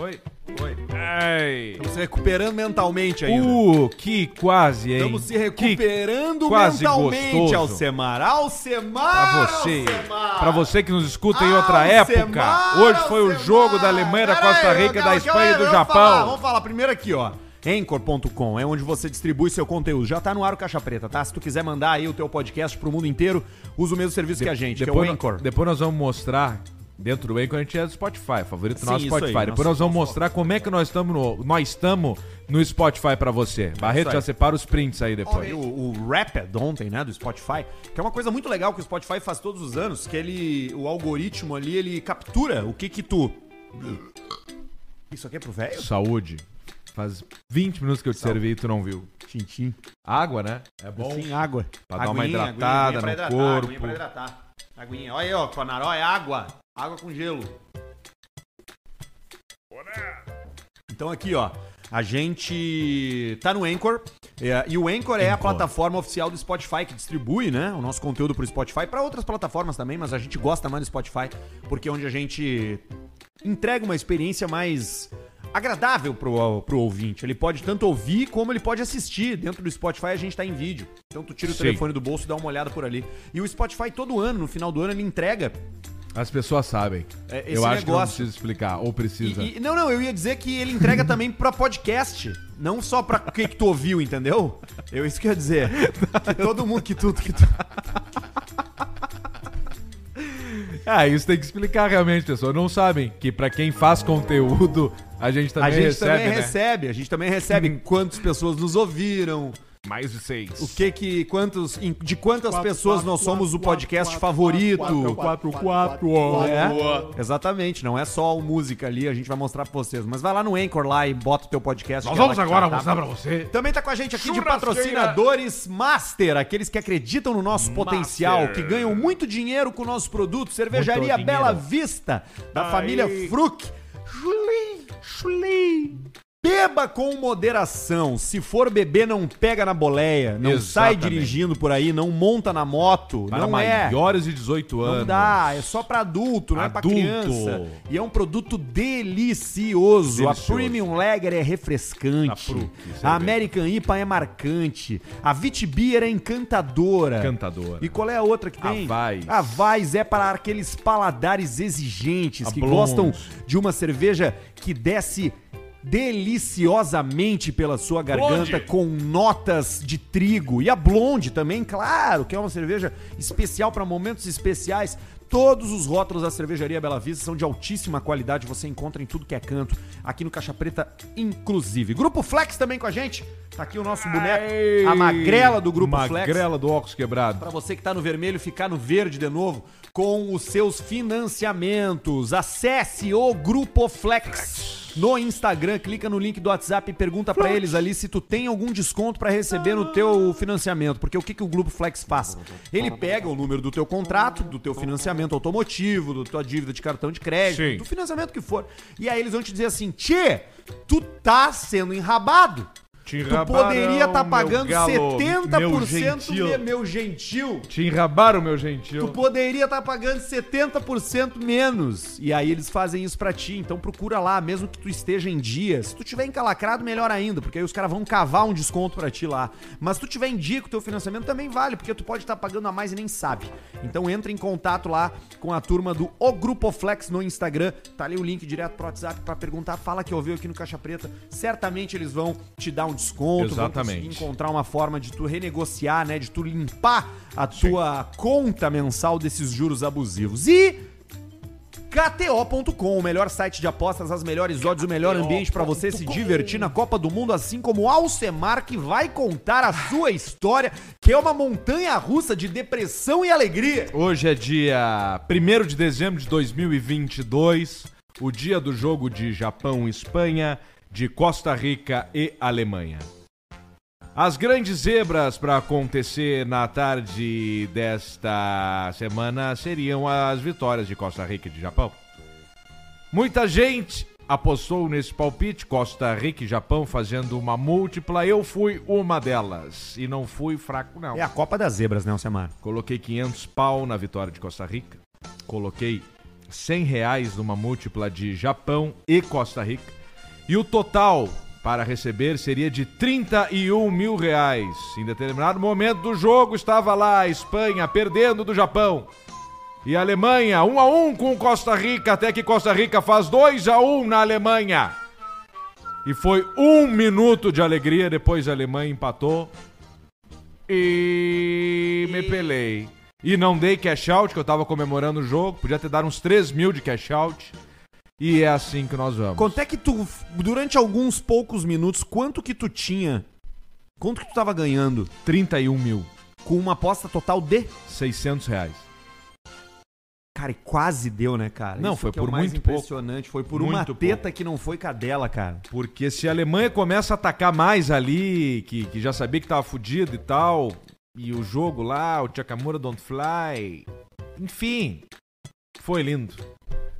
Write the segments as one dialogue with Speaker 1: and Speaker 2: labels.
Speaker 1: Oi, oi. Ai.
Speaker 2: Estamos se recuperando mentalmente ainda.
Speaker 1: Uh, que quase, hein?
Speaker 2: Estamos se
Speaker 1: Que
Speaker 2: recuperando
Speaker 1: quase
Speaker 2: mentalmente,
Speaker 1: gostoso.
Speaker 2: Alcemar. Alcemar!
Speaker 1: Pra você,
Speaker 2: Alcemar!
Speaker 1: pra você que nos escuta em outra
Speaker 2: Alcemar,
Speaker 1: época, hoje foi o
Speaker 2: Alcemar.
Speaker 1: jogo da Alemanha, da
Speaker 2: Pera aí,
Speaker 1: Costa Rica,
Speaker 2: calma,
Speaker 1: da Espanha e
Speaker 2: calma
Speaker 1: do
Speaker 2: aí, vamos falar,
Speaker 1: Japão.
Speaker 2: Vamos falar primeiro aqui, ó. Anchor.com é onde você distribui seu conteúdo. Já tá no ar o Caixa Preta, tá? Se tu quiser mandar aí o teu podcast pro mundo inteiro, usa o mesmo serviço que a gente,
Speaker 1: Depois,
Speaker 2: que é o
Speaker 1: nó-
Speaker 2: Anchor.
Speaker 1: depois nós vamos mostrar, dentro do Anchor a gente é do Spotify, favorito
Speaker 2: Sim,
Speaker 1: nosso
Speaker 2: isso
Speaker 1: Spotify.
Speaker 2: aí,
Speaker 1: depois
Speaker 2: nosso-
Speaker 1: nós vamos mostrar como é que nós estamos no, nós estamos no Spotify pra você. Barreto
Speaker 2: aí.
Speaker 1: já separa os prints aí
Speaker 2: Olha,
Speaker 1: depois.
Speaker 2: O, o Rapid ontem, né, do Spotify, que é uma coisa muito legal que o Spotify faz todos os anos, que ele, o algoritmo ali, ele captura o que que tu... Isso aqui é pro velho?
Speaker 1: Saúde. Faz 20 minutos que eu te servi e tu não viu.
Speaker 2: Tintim.
Speaker 1: Água, né? É bom.
Speaker 2: Sim, água.
Speaker 1: Pra dar uma
Speaker 2: Aguinha,
Speaker 1: hidratada
Speaker 2: aguinha, aguinha pra
Speaker 1: no
Speaker 2: hidratar,
Speaker 1: corpo.
Speaker 2: Aguinha pra hidratar. Aguinha. Olha aí, ó, Conaró, é água. Água com gelo. Então aqui, ó. A gente tá no Anchor. é, e o Anchor é a plataforma oficial do Spotify que distribui, né, o nosso conteúdo pro Spotify, pra outras plataformas também, mas a gente gosta mais do Spotify porque é onde a gente entrega uma experiência mais agradável pro, pro ouvinte. Ele pode tanto ouvir como ele pode assistir. Dentro do Spotify a gente tá em vídeo. Então tu tira o
Speaker 1: Sim.
Speaker 2: telefone do bolso e dá uma olhada por ali. E o Spotify todo ano, no final do ano, ele entrega
Speaker 1: As pessoas sabem.
Speaker 2: É, esse
Speaker 1: eu acho que não
Speaker 2: negócio-
Speaker 1: precisa explicar, ou precisa.
Speaker 2: E- e- não, não, eu ia dizer que ele entrega também pra podcast, não só pra o que, que tu ouviu, entendeu? Eu isso que eu ia dizer. Que todo mundo que tudo que tu...
Speaker 1: Ah, isso tem que explicar realmente, pessoal. Não sabem que pra quem faz conteúdo, a gente também
Speaker 2: a gente
Speaker 1: recebe,
Speaker 2: também
Speaker 1: né?
Speaker 2: recebe, a gente também recebe quantas pessoas nos ouviram,
Speaker 1: Mais de seis.
Speaker 2: o que que quantos em- de quantas
Speaker 3: Quatro,
Speaker 2: pessoas
Speaker 3: quatro,
Speaker 2: nós somos o
Speaker 3: quatro,
Speaker 2: podcast
Speaker 3: quatro,
Speaker 2: favorito.
Speaker 3: quatro, quatro, quatro,
Speaker 1: ó.
Speaker 2: É,
Speaker 3: Boa.
Speaker 2: exatamente, não é só o música ali, a gente vai mostrar pra vocês. Mas vai lá no Anchor lá e bota o teu podcast.
Speaker 1: Nós
Speaker 2: que é lá
Speaker 1: vamos
Speaker 2: que
Speaker 1: agora
Speaker 2: tá, tá?
Speaker 1: mostrar pra você.
Speaker 2: Também tá com a gente aqui de
Speaker 1: Churrasqueira.
Speaker 2: patrocinadores Master, aqueles que acreditam no nosso potencial, que ganham muito dinheiro com nossos produtos. Cervejaria
Speaker 1: dinheiro.
Speaker 2: Bela Vista, da família Fruc. Chulim, chulim. Beba com moderação. Se for beber, não pega na boleia. Não sai
Speaker 1: Exatamente.
Speaker 2: dirigindo por aí, não monta na moto.
Speaker 1: Para
Speaker 2: não é.
Speaker 1: maiores de 18 anos.
Speaker 2: Não dá, é só pra adulto, não
Speaker 1: Adulto.
Speaker 2: é pra criança. E é um produto delicioso.
Speaker 1: Delicioso.
Speaker 2: A Premium Lager é refrescante.
Speaker 1: Fruc, cerveja.
Speaker 2: a American IPA é marcante. A Vitibia é encantadora.
Speaker 1: Encantadora.
Speaker 2: E qual é a outra que
Speaker 1: A
Speaker 2: tem?
Speaker 1: Weiss.
Speaker 2: A Vais é para aqueles paladares exigentes
Speaker 1: A
Speaker 2: que
Speaker 1: Blonde.
Speaker 2: gostam de uma cerveja que desce deliciosamente pela sua garganta
Speaker 1: Blonde.
Speaker 2: com notas de trigo e a blonde também, claro, que é uma cerveja especial para momentos especiais. Todos os rótulos da cervejaria Bela Vista são de altíssima qualidade, você encontra em tudo que é canto, aqui no Caixa Preta, inclusive. Grupo Flex também com a gente. Tá aqui o nosso boneco,
Speaker 1: Ai,
Speaker 2: a magrela do Grupo Flex.
Speaker 1: Magrela do óculos quebrado.
Speaker 2: Pra você que tá no vermelho ficar no verde de novo com os seus financiamentos. Acesse o Grupo Flex no Instagram, clica no link do WhatsApp e pergunta pra eles ali se tu tem algum desconto pra receber no teu financiamento, porque o que, que o Grupo Flex faz? Ele pega o número do teu contrato, do teu financiamento automotivo, da tua dívida de cartão de crédito,
Speaker 1: Sim.
Speaker 2: do financiamento que for. E aí eles vão te dizer assim: "Tchê, tu tá sendo enrabado.
Speaker 1: Te
Speaker 2: tu
Speaker 1: enrabaram,
Speaker 2: poderia estar
Speaker 1: meu
Speaker 2: pagando
Speaker 1: galo,
Speaker 2: 70%
Speaker 1: meu
Speaker 2: meu
Speaker 1: gentil.
Speaker 2: de meu gentil.
Speaker 1: Te enrabaram, meu
Speaker 2: Tu
Speaker 1: gentil.
Speaker 2: poderia estar pagando 70% menos. E aí eles fazem isso pra ti. Então procura lá, mesmo que tu esteja em dia. Se tu tiver encalacrado, melhor ainda, porque aí os caras vão cavar um desconto pra ti lá. Mas se tu tiver em dia com o teu financiamento, também vale, porque tu pode estar pagando a mais e nem sabe. Então entra em contato lá com a turma do O Grupo Flex no Instagram. Tá ali o link direto pro WhatsApp pra perguntar. Fala que eu ouviu aqui no Caixa Preta. Certamente eles vão te dar um desconto. Vão
Speaker 1: Exatamente.
Speaker 2: conseguir encontrar uma forma de tu renegociar, né? De tu limpar a tua conta mensal desses juros abusivos. E KTO.com, o melhor site de apostas, as melhores odds, o melhor ambiente pra você se divertir na Copa do Mundo, assim como Alcemar, que vai contar a sua história, que é uma montanha russa de depressão e alegria.
Speaker 1: Hoje é dia 1 de dezembro de 2022, o dia do jogo de Japão e Espanha, de Costa Rica e Alemanha. As grandes zebras para acontecer na tarde desta semana seriam as vitórias de Costa Rica e de Japão. Muita gente apostou nesse palpite, Costa Rica e Japão fazendo uma múltipla, eu fui uma delas e não fui fraco não.
Speaker 2: É a Copa das Zebras, né, Alcemar?
Speaker 1: Coloquei 500 pau na vitória de Costa Rica. Coloquei 100 reais numa múltipla de Japão e Costa Rica. E o total para receber seria de 31 mil reais. Em determinado momento do jogo estava lá a Espanha perdendo do Japão. E a Alemanha, 1 a 1 com Costa Rica, até que Costa Rica faz 2 a 1 na Alemanha. E foi um minuto de alegria, depois a Alemanha empatou. E me pelei. E não dei cash out, que eu tava comemorando o jogo. Podia ter dado uns 3 mil de cash out. E é assim que nós vamos.
Speaker 2: Quanto é que tu, durante alguns poucos minutos, quanto que tu tinha? Quanto que tu tava ganhando
Speaker 1: 31 mil,
Speaker 2: com uma aposta total de?
Speaker 1: 600 reais.
Speaker 2: Cara, e quase deu, né, cara?
Speaker 1: Não,
Speaker 2: Isso
Speaker 1: foi
Speaker 2: que
Speaker 1: por
Speaker 2: é o mais
Speaker 1: muito pouco.
Speaker 2: impressionante. Foi por uma
Speaker 1: Muito
Speaker 2: teta que não foi cadela, cara.
Speaker 1: Porque se a Alemanha começa a atacar mais ali, que, que já sabia que tava fudido e tal, e o jogo lá, o Chakamura Don't Fly. Enfim, foi lindo.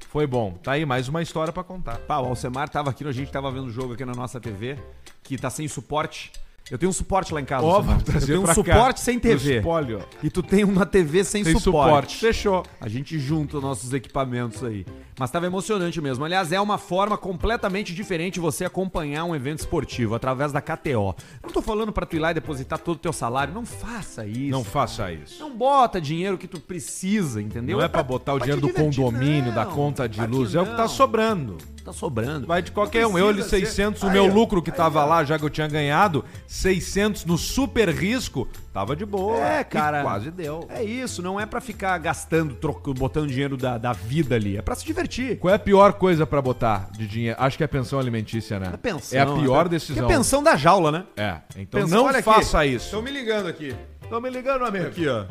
Speaker 1: Foi bom. Tá aí mais uma história pra contar.
Speaker 2: Pá, o Alcemar tava aqui, a gente tava vendo o jogo aqui na nossa TV, que tá sem suporte. Eu tenho um suporte lá em casa. Alcemar. Eu tenho um suporte sem TV.
Speaker 1: Espólio.
Speaker 2: E tu tem uma TV sem,
Speaker 1: Sem
Speaker 2: suporte.
Speaker 1: suporte. Fechou.
Speaker 2: A gente junta os nossos equipamentos aí. Mas estava emocionante mesmo. Aliás, é uma forma completamente diferente você acompanhar um evento esportivo através da KTO. Não tô falando pra tu ir lá e depositar todo o teu salário. Não faça isso.
Speaker 1: Não faça isso.
Speaker 2: Não bota dinheiro que tu precisa, entendeu?
Speaker 1: Não é pra botar o
Speaker 2: pra
Speaker 1: dinheiro
Speaker 2: te
Speaker 1: do
Speaker 2: divertir,
Speaker 1: condomínio,
Speaker 2: não.
Speaker 1: da conta de
Speaker 2: Claro que
Speaker 1: luz. É o que tá
Speaker 2: não.
Speaker 1: sobrando.
Speaker 2: Tá sobrando.
Speaker 1: Vai de qualquer um. Eu olhei 600, o
Speaker 2: Aí,
Speaker 1: meu
Speaker 2: ó. É,
Speaker 1: lucro que tava lá, já que eu tinha ganhado, 600 no super risco, tava de boa.
Speaker 2: É,
Speaker 1: E
Speaker 2: cara.
Speaker 1: quase deu.
Speaker 2: É isso, não é pra ficar gastando, troco, botando dinheiro da, da vida ali. É pra se divertir.
Speaker 1: Qual é a pior coisa pra botar de dinheiro? Acho que é a pensão alimentícia, né?
Speaker 2: É pensão,
Speaker 1: É a pior
Speaker 2: né?
Speaker 1: decisão.
Speaker 2: Que é pensão da jaula, né?
Speaker 1: É. Então
Speaker 2: Pensão, olha
Speaker 1: não
Speaker 2: aqui.
Speaker 1: faça isso.
Speaker 2: me ligando aqui.
Speaker 1: Estão me ligando, amigo.
Speaker 2: Aqui, ó.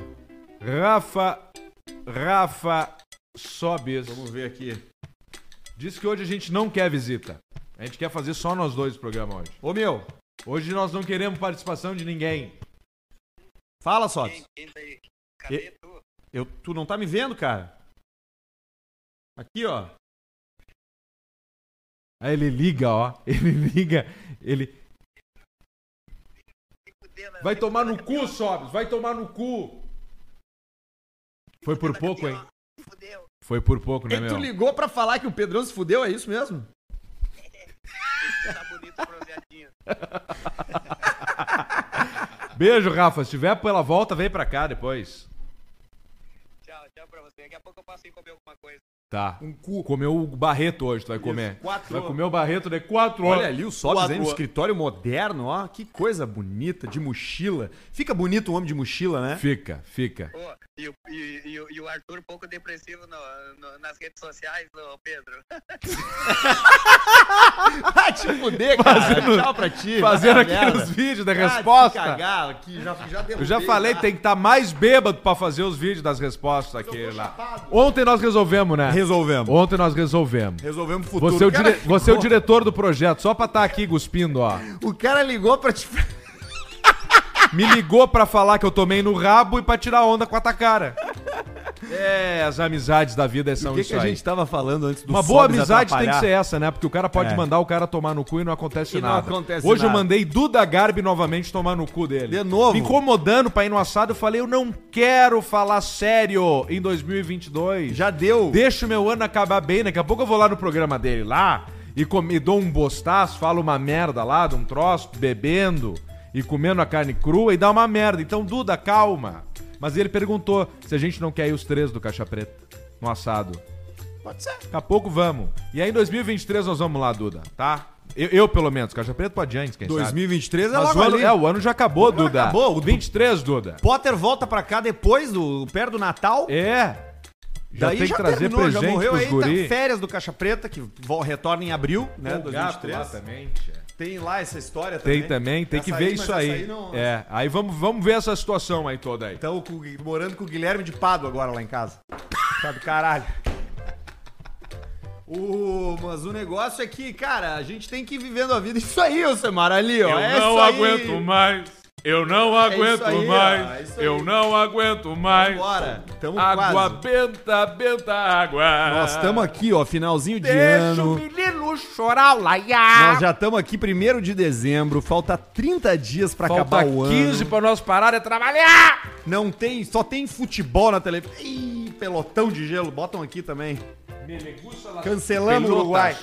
Speaker 2: Então-
Speaker 1: Rafa, Rafa Sobes
Speaker 2: ver aqui.
Speaker 1: diz que hoje a gente não quer visita. A gente quer fazer só nós dois o programa hoje.
Speaker 2: Ô, meu,
Speaker 1: Hoje nós não queremos participação de ninguém.
Speaker 2: fala, só.
Speaker 3: Quem daí? Cadê tu?
Speaker 2: Eu, tu não tá me vendo, cara? Aqui, ó.
Speaker 1: Aí ele liga, ó. Ele liga. Ele. Vai tomar no cu, Sobes. Vai tomar no cu. Foi por pouco, hein?
Speaker 3: Fudeu.
Speaker 1: Foi por pouco, né,
Speaker 2: E
Speaker 1: meu?
Speaker 2: tu ligou pra falar que o Pedrão se fudeu, é isso mesmo?
Speaker 3: Tá bonito o projetinho.
Speaker 1: Beijo, Rafa. Se tiver pela volta, vem pra cá depois.
Speaker 3: Tchau, tchau pra você. Daqui a pouco eu passo aí comer alguma coisa.
Speaker 1: Tá. Um cu. Comeu o barreto hoje, tu vai comer.
Speaker 2: quatro.
Speaker 1: Vai comer o barreto de quatro horas.
Speaker 2: Olha ali o Sobs aí no
Speaker 1: Quatro.
Speaker 2: escritório moderno, ó. Que coisa bonita, de mochila. Fica bonito um homem de mochila, né?
Speaker 1: Fica, fica.
Speaker 3: Pô, e, o- e- e o- e o Arthur pouco depressivo no- no- nas redes sociais, ô Pedro.
Speaker 2: Ah, te fuder, cara.
Speaker 1: Fazendo-
Speaker 2: Tchau pra ti.
Speaker 1: Fazendo
Speaker 2: Vai
Speaker 1: aqueles
Speaker 2: merda.
Speaker 1: vídeos da
Speaker 2: Ah, te
Speaker 1: resposta.
Speaker 2: cagar aqui, já, já
Speaker 1: Eu
Speaker 2: derrubei,
Speaker 1: já falei que tem que estar mais bêbado pra fazer os vídeos das respostas aqui lá. Ontem nós resolvemos, né?
Speaker 2: Resolvemos.
Speaker 1: Ontem nós resolvemos.
Speaker 2: Resolvemos o futuro.
Speaker 1: Você é o,
Speaker 2: Cara,
Speaker 1: dire- você é o diretor do projeto, só pra estar aqui cuspindo, ó.
Speaker 2: O cara ligou pra te...
Speaker 1: Então, Me ligou pra falar que eu tomei no rabo e pra tirar onda com a tua cara. É, as amizades da vida são
Speaker 2: O que,
Speaker 1: isso
Speaker 2: que a
Speaker 1: aí.
Speaker 2: gente tava falando antes do
Speaker 1: Uma boa
Speaker 2: Sobs
Speaker 1: amizade tem que
Speaker 2: atrapalhar?
Speaker 1: ser essa, né? Porque o cara pode
Speaker 2: É.
Speaker 1: mandar o cara tomar no cu e não acontece
Speaker 2: E não
Speaker 1: nada.
Speaker 2: acontece
Speaker 1: Hoje
Speaker 2: nada.
Speaker 1: eu mandei Duda Garbi novamente tomar no cu dele.
Speaker 2: De novo?
Speaker 1: Me incomodando pra ir no assado, eu falei, eu não quero falar sério em 2022.
Speaker 2: Já deu.
Speaker 1: Deixa o meu ano acabar bem, daqui a pouco eu vou lá no programa dele lá e, com- e dou um bostaço, falo uma merda lá, de um troço, bebendo e comendo a carne crua e dá uma merda. Então, Duda, calma. Mas ele perguntou se a gente não quer ir os três do Caixa Preta no assado.
Speaker 2: Pode ser.
Speaker 1: Daqui a pouco vamos. E aí em 2023 nós vamos lá, Duda, tá? Eu, eu, pelo menos, Caixa Preta pode antes, quem sabe.
Speaker 2: 2023 é
Speaker 1: Mas
Speaker 2: logo
Speaker 1: o ano,
Speaker 2: ali.
Speaker 1: é, o ano já acabou,
Speaker 2: ano
Speaker 1: Duda.
Speaker 2: acabou, o-
Speaker 1: 23, Duda.
Speaker 2: Potter volta pra cá depois do perto do Natal.
Speaker 1: É. Já tem que trazer presente pros
Speaker 2: então.
Speaker 1: guri.
Speaker 2: tá férias do Caixa Preta que vo- retorna em abril, né,
Speaker 1: O gato lá
Speaker 2: 2023.
Speaker 1: também.
Speaker 2: Tem lá essa história também.
Speaker 1: Tem também, tem
Speaker 2: Já
Speaker 1: que
Speaker 2: saí,
Speaker 1: ver
Speaker 2: mas
Speaker 1: isso
Speaker 2: já
Speaker 1: aí.
Speaker 2: saí, não-
Speaker 1: É, aí vamos, vamos ver essa situação aí toda aí.
Speaker 2: Então com o Gui- morando com o Guilherme de Pado agora lá em casa. Tá do caralho. O, mas o negócio é que, cara, a gente tem que ir vivendo a vida. Isso aí, ô Semara, ali, ó. é isso aí.
Speaker 1: mais. Eu não
Speaker 2: aguento isso aí, ó, mais, é isso aí. eu
Speaker 1: não aguento mais.
Speaker 2: Bora. Tamo quase.
Speaker 1: benta, benta água.
Speaker 2: Nós estamos aqui, ó, finalzinho de ano.
Speaker 1: menino chorar o
Speaker 2: Nós
Speaker 1: laiá.
Speaker 2: já estamos aqui, 1 de dezembro. Falta 30 dias pra acabar
Speaker 1: Falta
Speaker 2: o ano.
Speaker 1: 15 pra nós parar de trabalhar.
Speaker 2: Não tem, só tem futebol na televisão. Ih, pelotão de gelo, botam aqui também.
Speaker 1: Meleguça lá.
Speaker 2: Cancelamos o
Speaker 1: Pelotas.
Speaker 2: Uruguai.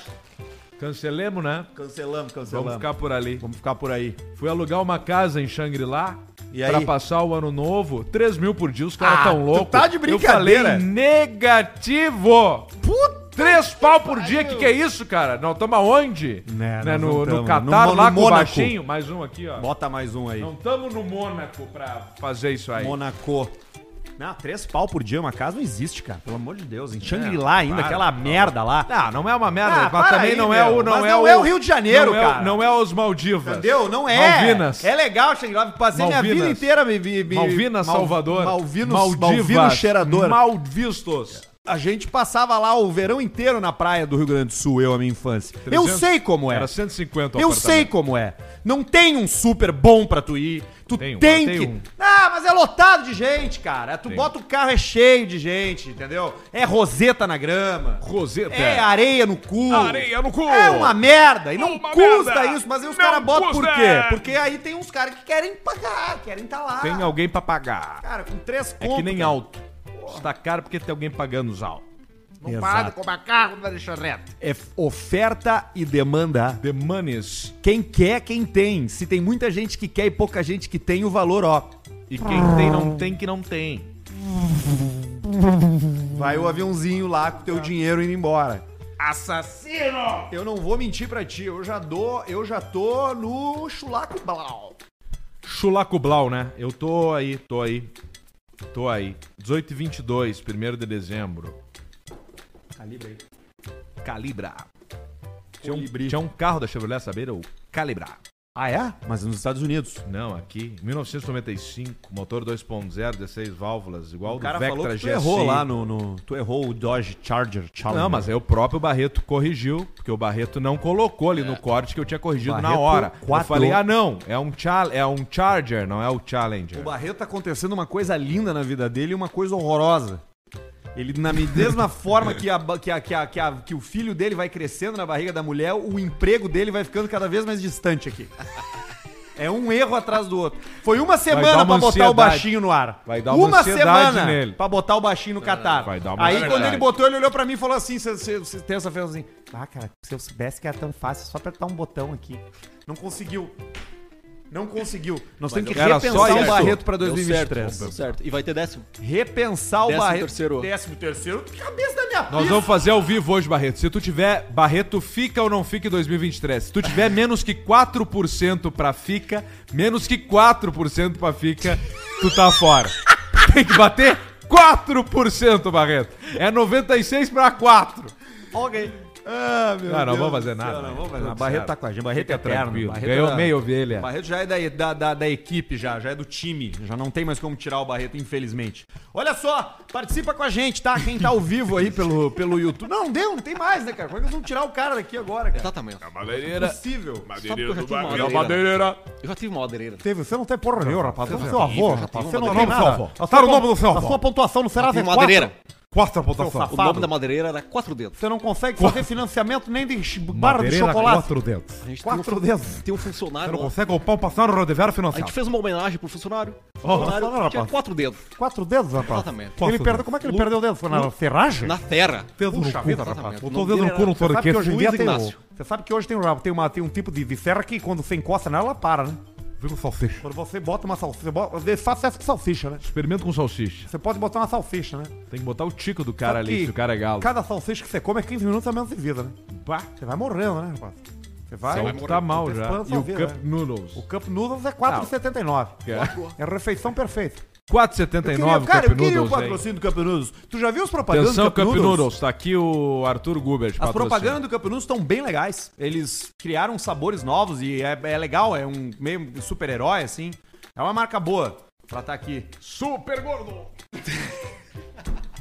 Speaker 1: Cancelemos, né?
Speaker 2: Cancelamos, cancelamos.
Speaker 1: Vamos ficar por ali.
Speaker 2: Vamos ficar por aí.
Speaker 1: Fui alugar uma casa em Shangri-La
Speaker 2: E aí?
Speaker 1: pra passar o ano novo. 3 mil por dia, os caras
Speaker 2: Ah,
Speaker 1: tão
Speaker 2: tu
Speaker 1: loucos.
Speaker 2: tá de
Speaker 1: Eu
Speaker 2: brincadeira.
Speaker 1: falei negativo.
Speaker 2: Puta!
Speaker 1: Três pau por dia, que que é isso, cara? Não, tamo aonde?
Speaker 2: Né,
Speaker 1: Né,
Speaker 2: nós
Speaker 1: no,
Speaker 2: não
Speaker 1: no
Speaker 2: tamo.
Speaker 1: Catar,
Speaker 2: No Mo-
Speaker 1: lá
Speaker 2: no
Speaker 1: com o
Speaker 2: Mônaco.
Speaker 1: baixinho. Mais um aqui, ó.
Speaker 2: Bota mais um aí.
Speaker 1: Não tamo no Mônaco pra fazer isso aí.
Speaker 2: Monaco. Não, três pau por dia uma casa não existe, cara. Pelo amor de Deus. Em Shangri-La ainda,
Speaker 1: para,
Speaker 2: aquela merda lá.
Speaker 1: Ah, não é uma merda,
Speaker 2: Ah,
Speaker 1: mas
Speaker 2: para
Speaker 1: também
Speaker 2: aí,
Speaker 1: não é
Speaker 2: meu.
Speaker 1: o não
Speaker 2: Mas
Speaker 1: é
Speaker 2: não
Speaker 1: o
Speaker 2: é o Rio de Janeiro,
Speaker 1: não é, o-
Speaker 2: cara.
Speaker 1: Não é os Maldivas.
Speaker 2: Entendeu? Não é.
Speaker 1: Malvinas.
Speaker 2: É legal, Shangri-La. Passei minha
Speaker 1: Malvinas.
Speaker 2: vida inteira me vi. me-
Speaker 1: Malvinas,
Speaker 2: Mal-
Speaker 1: Salvador.
Speaker 2: Malvinos,
Speaker 1: Maldivas.
Speaker 2: Malvinos cheirador.
Speaker 1: Malvistos.
Speaker 2: A gente passava lá o verão inteiro na praia do Rio Grande do Sul, eu, a minha infância. eu
Speaker 1: 300.
Speaker 2: sei como é.
Speaker 1: Era 150 o
Speaker 2: Eu
Speaker 1: apartamento.
Speaker 2: sei como é. Não tem um super bom pra tu ir. Tu
Speaker 1: Tem
Speaker 2: tem,
Speaker 1: um, tem
Speaker 2: que.
Speaker 1: um.
Speaker 2: Ah, mas é lotado de gente, cara. Tu
Speaker 1: Tem.
Speaker 2: bota o carro, é cheio de gente, entendeu? É roseta na grama.
Speaker 1: Roseta.
Speaker 2: É areia no cu.
Speaker 1: Areia no cu. É
Speaker 2: É uma merda. E não
Speaker 1: Uma
Speaker 2: custa
Speaker 1: merda.
Speaker 2: isso, mas aí os
Speaker 1: Não
Speaker 2: caras botam por
Speaker 1: custa.
Speaker 2: quê? Porque aí tem uns caras que querem pagar, querem tá lá.
Speaker 1: Tem alguém pra pagar.
Speaker 2: Cara, com três
Speaker 1: É
Speaker 2: contos.
Speaker 1: que nem alto. Está caro porque tem alguém pagando os altos.
Speaker 2: Não para de comprar carro, não vai deixar reto. É f- oferta e demanda.
Speaker 1: The Manes.
Speaker 2: Quem quer, quem tem. Se tem muita gente que quer e pouca gente que tem, o valor, ó.
Speaker 1: E quem tem, não tem, que não tem.
Speaker 2: Vai o aviãozinho lá com o teu dinheiro indo embora. Assassino! Eu não vou mentir pra ti, eu já dou, eu já tô no chulaco blau.
Speaker 1: Chulaco Blau, né? Eu tô aí, tô aí. Tô aí. 18 e 22, 1 de dezembro.
Speaker 2: Calibra aí.
Speaker 1: Calibra. Tinha um, tinha um carro da Chevrolet, saber? O Calibra.
Speaker 2: Ah, é? Mas nos Estados Unidos.
Speaker 1: Não, aqui, 1995, motor 2.0, 16 válvulas, igual
Speaker 2: O cara
Speaker 1: do Vectra
Speaker 2: falou que tu
Speaker 1: GSI.
Speaker 2: errou lá no, no- Tu errou o Dodge Charger Challenger.
Speaker 1: Não, mas aí o próprio Barreto corrigiu, porque o Barreto não colocou ali no corte que eu tinha corrigido na
Speaker 2: É. Barreto
Speaker 1: hora. Eu
Speaker 2: quatro.
Speaker 1: falei, ah não, é um, chal é um Charger, não é o Challenger.
Speaker 2: O Barreto tá acontecendo uma coisa linda na vida dele e uma coisa horrorosa. Ele, na mesma forma que, a ba- que a- que a- que a- que o filho dele vai crescendo na barriga da mulher, o emprego dele vai ficando cada vez mais distante aqui. É um erro atrás do outro. Foi uma
Speaker 1: dar
Speaker 2: semana
Speaker 1: uma
Speaker 2: pra botar o
Speaker 1: ansiedade.
Speaker 2: baixinho no ar.
Speaker 1: Vai dar uma ansiedade
Speaker 2: semana
Speaker 1: nele. É,
Speaker 2: pra botar o baixinho no Catar.
Speaker 1: vai dar uma
Speaker 2: Aí quando
Speaker 1: ansiedade.
Speaker 2: ele botou, ele olhou pra mim e falou assim, se- se- se- terça-feira assim, ah, cara, se eu soubesse que era tão fácil, é só apertar um botão aqui. Não conseguiu. Não conseguiu. Nós temos que
Speaker 1: eu- Era
Speaker 2: repensar
Speaker 1: só
Speaker 2: o
Speaker 1: isso.
Speaker 2: Barreto pra
Speaker 4: Deu certo,
Speaker 2: 2023.
Speaker 4: deu certo. E vai ter décimo.
Speaker 2: Repensar o
Speaker 4: Décimo
Speaker 2: Barreto.
Speaker 4: terceiro.
Speaker 2: Décimo terceiro. Tá Cabeça da minha
Speaker 1: Nós
Speaker 2: pista.
Speaker 1: vamos fazer ao vivo hoje, Barreto. Se tu tiver, Barreto, fica ou não fica em 2023. Se tu tiver menos que 4% pra fica, menos que 4% pra fica, tu tá fora. Tem que bater 4%, Barreto. É 96 pra 4.
Speaker 2: Ah, meu
Speaker 1: Não, não
Speaker 2: Deus
Speaker 1: vamos fazer
Speaker 2: do
Speaker 1: nada,
Speaker 2: céu,
Speaker 1: né?
Speaker 2: Não vamos fazer
Speaker 1: Tudo
Speaker 2: nada. Barreto
Speaker 1: certo.
Speaker 2: tá com a gente. Barreto é
Speaker 1: Fica
Speaker 2: eterno.
Speaker 1: tranquilo.
Speaker 2: Barreto
Speaker 1: Ganhou
Speaker 2: é-
Speaker 1: meia ovelha.
Speaker 2: Barreto já é da, da, da, da equipe, já, já é do time. Já não tem mais como tirar o Barreto, infelizmente. Olha só, participa com a gente, tá? Quem tá ao vivo aí pelo, pelo YouTube. Não, deu, não tem mais, né, cara? Como é que nós vamos tirar o cara daqui agora, cara?
Speaker 4: Exatamente.
Speaker 1: Madeireira.
Speaker 2: Possível.
Speaker 4: Só porque eu já tive uma
Speaker 1: É
Speaker 4: madeireira.
Speaker 1: madeireira.
Speaker 4: Eu já tive uma madeireira.
Speaker 2: Teve, você não tem porra nenhuma, rapaz. Você é seu avô, rapaz. Você não
Speaker 1: Tá no nome
Speaker 2: tem
Speaker 1: do seu
Speaker 2: nada.
Speaker 1: avô.
Speaker 2: A sua
Speaker 1: Tá no
Speaker 2: pon-
Speaker 1: nome do seu avô.
Speaker 2: A sua pontuação no Serasa é
Speaker 4: Tive uma
Speaker 2: quatro.
Speaker 4: madeireira.
Speaker 1: Quarta
Speaker 2: Seu
Speaker 1: pontuação.
Speaker 2: safado.
Speaker 4: O nome da madeireira era quatro dedos.
Speaker 2: Você não consegue fazer financiamento nem de ch- barra de chocolate. tá
Speaker 1: quatro dedos.
Speaker 4: A gente tem um-
Speaker 2: Quatro dedos.
Speaker 4: Tem um funcionário.
Speaker 1: Você não
Speaker 4: lá.
Speaker 1: consegue o pão passar no rodoviário
Speaker 4: A
Speaker 1: financeiro.
Speaker 4: gente fez uma homenagem pro funcionário. O
Speaker 2: Oh,
Speaker 4: funcionário
Speaker 2: fala,
Speaker 4: tinha
Speaker 2: rapaz.
Speaker 4: quatro dedos.
Speaker 2: Quatro dedos, rapaz.
Speaker 4: Exatamente.
Speaker 1: Quatro
Speaker 2: Ele perdeu,
Speaker 1: dedos.
Speaker 2: como é que ele perdeu o dedo? Foi na serragem?
Speaker 4: Na terra.
Speaker 1: Dedo no
Speaker 2: Puxa
Speaker 1: cu,
Speaker 2: vida,
Speaker 1: rapaz.
Speaker 4: exatamente.
Speaker 1: Botou
Speaker 4: O
Speaker 1: o dedo no cu no
Speaker 2: Você sabe que hoje em dia tem
Speaker 4: Ignácio.
Speaker 2: um- Você sabe que hoje tem um, tem uma, tem um tipo de, de serra que quando você encosta nela, ela para, né?
Speaker 1: Vem com salsicha.
Speaker 2: Quando você bota uma salsicha, bota, você faz essa com salsicha, né?
Speaker 1: Experimenta com salsicha.
Speaker 2: Você pode botar uma salsicha, né?
Speaker 1: Tem que botar o tico do cara
Speaker 2: Só que
Speaker 1: ali, se o cara é galo.
Speaker 2: Cada salsicha que você come é 15 minutos a menos de vida, né? Você vai morrendo, né, rapaz? Você vai.
Speaker 1: Então tá mal já.
Speaker 2: antecipando
Speaker 1: E o
Speaker 2: sua vida,
Speaker 1: Cup
Speaker 2: né?
Speaker 1: Noodles.
Speaker 2: O Cup Noodles é 4,79.
Speaker 1: Não.
Speaker 2: É a refeição perfeita. Eu
Speaker 1: 4,79
Speaker 2: queria- cara,
Speaker 1: Cup
Speaker 2: eu queria o
Speaker 1: Noodles, hein?
Speaker 2: patrocínio do Cup Noodles. Tu já viu as propagandas
Speaker 1: Atenção,
Speaker 2: do Cup
Speaker 1: Cup
Speaker 2: Noodles?
Speaker 1: Noodles. Tá aqui o Arthur Guber de
Speaker 2: As
Speaker 1: patrocínio.
Speaker 2: propagandas do Cup Noodles estão bem legais. Eles criaram sabores novos e é, é legal, é um meio super-herói, assim. É uma marca boa pra estar aqui.
Speaker 1: Super gordo.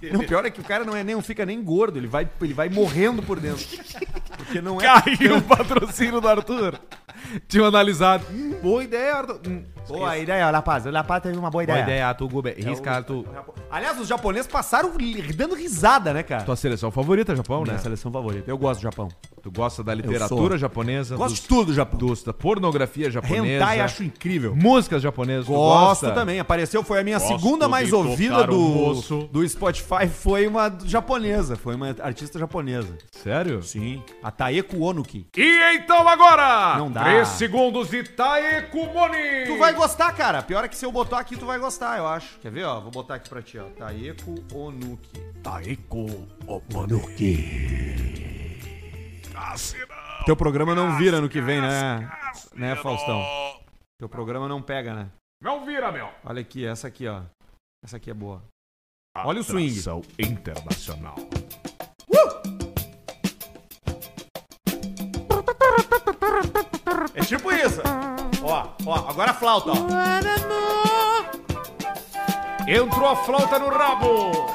Speaker 2: E o pior é que o cara não é nem, não fica nem gordo, ele vai, ele vai morrendo por dentro. Porque não é.
Speaker 1: Caiu o patrocínio do Arthur. Tinha analisado. Hum, boa ideia, Arthur. Hum,
Speaker 2: Boa ideia, rapaz. O rapaz teve uma boa ideia.
Speaker 1: tu Gube.
Speaker 2: É
Speaker 1: Risca, tu.
Speaker 2: Aliás, os japoneses passaram li- dando risada, né, cara? É.
Speaker 1: Tua seleção favorita, Japão, né?
Speaker 2: seleção favorita. Eu gosto do Japão.
Speaker 1: Tu gosta da literatura
Speaker 2: sou.
Speaker 1: japonesa,
Speaker 2: Gosto
Speaker 1: dos-
Speaker 2: de tudo do Japão.
Speaker 1: dos- da pornografia japonesa,
Speaker 2: Hentai acho incrível.
Speaker 1: músicas japonesas. tu
Speaker 2: Gosto
Speaker 1: gosta?
Speaker 2: também. Apareceu, foi a minha
Speaker 5: Gosto
Speaker 2: segunda
Speaker 5: de
Speaker 2: mais
Speaker 5: tocar
Speaker 2: ouvida
Speaker 5: o
Speaker 2: do,
Speaker 5: moço.
Speaker 2: do Spotify. Foi uma japonesa. Foi uma artista japonesa.
Speaker 1: Sério?
Speaker 2: Sim. A Taeko Onuki.
Speaker 1: E então agora,
Speaker 2: Não dá.
Speaker 1: três segundos de Taeko Moni.
Speaker 2: Tu vai gostar, cara. Pior é que se eu botar aqui, tu vai gostar, eu acho. Quer ver, ó? Vou botar aqui pra ti, ó. Taeko Onuki.
Speaker 1: Ah,
Speaker 2: Teu programa não vira no que vem, né? Né, Faustão? Teu programa não pega, né?
Speaker 1: Não vira, meu.
Speaker 2: Olha aqui, essa aqui, ó. Essa aqui é boa.
Speaker 1: Olha o swing. internacional.
Speaker 2: É tipo isso. Ó, ó, agora a flauta, ó.
Speaker 1: Entrou a flauta no rabo.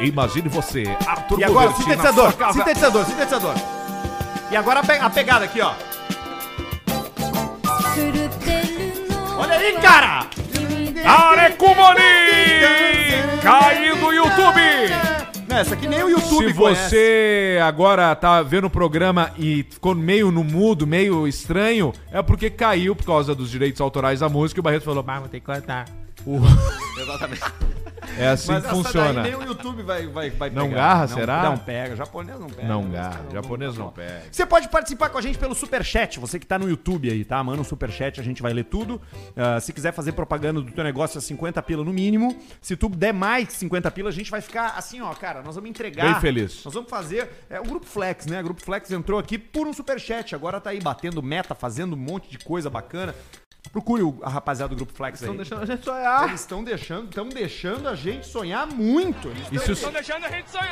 Speaker 1: Imagine você, Arthur
Speaker 2: E agora o
Speaker 1: Gubert,
Speaker 2: sintetizador,
Speaker 1: na sua casa.
Speaker 2: sintetizador, sintetizador. E agora a pe- a pegada aqui, ó. Olha aí, cara!
Speaker 1: Arecumoni! Caiu do YouTube!
Speaker 2: Não, essa aqui nem o YouTube
Speaker 1: Se
Speaker 2: conhece.
Speaker 1: você agora tá vendo o programa e ficou meio no mudo, meio estranho, é porque caiu por causa dos direitos autorais da música e o Barreto falou, mas vou ter que cortar. O-
Speaker 4: Exatamente.
Speaker 1: É assim
Speaker 2: Mas
Speaker 1: que
Speaker 2: essa
Speaker 1: funciona.
Speaker 2: daí nem o YouTube vai, vai, vai
Speaker 1: Não
Speaker 2: pegar.
Speaker 1: garra, será?
Speaker 2: Não pega, japonês não pega.
Speaker 1: Não
Speaker 2: Os
Speaker 1: garra,
Speaker 2: caras
Speaker 1: japonês não pega.
Speaker 2: Você pode participar com a gente pelo Superchat, você que tá no YouTube aí, tá? Manda um Superchat, a gente vai ler tudo. Ah, se quiser fazer propaganda do teu negócio, é 50 pila no mínimo. Se tu der mais que 50 pila, a gente vai ficar assim, ó, cara, nós vamos entregar.
Speaker 1: Bem feliz.
Speaker 2: Nós vamos fazer... É o Grupo Flex, né? O Grupo Flex entrou aqui por um Superchat, agora tá aí batendo meta, fazendo um monte de coisa bacana. Procure o, a rapaziada do Grupo Flex aí.
Speaker 1: deixando a gente sonhar.
Speaker 2: Eles estão deixando, estão deixando a gente sonhar muito. Eles
Speaker 1: E
Speaker 2: tão-
Speaker 1: se, o,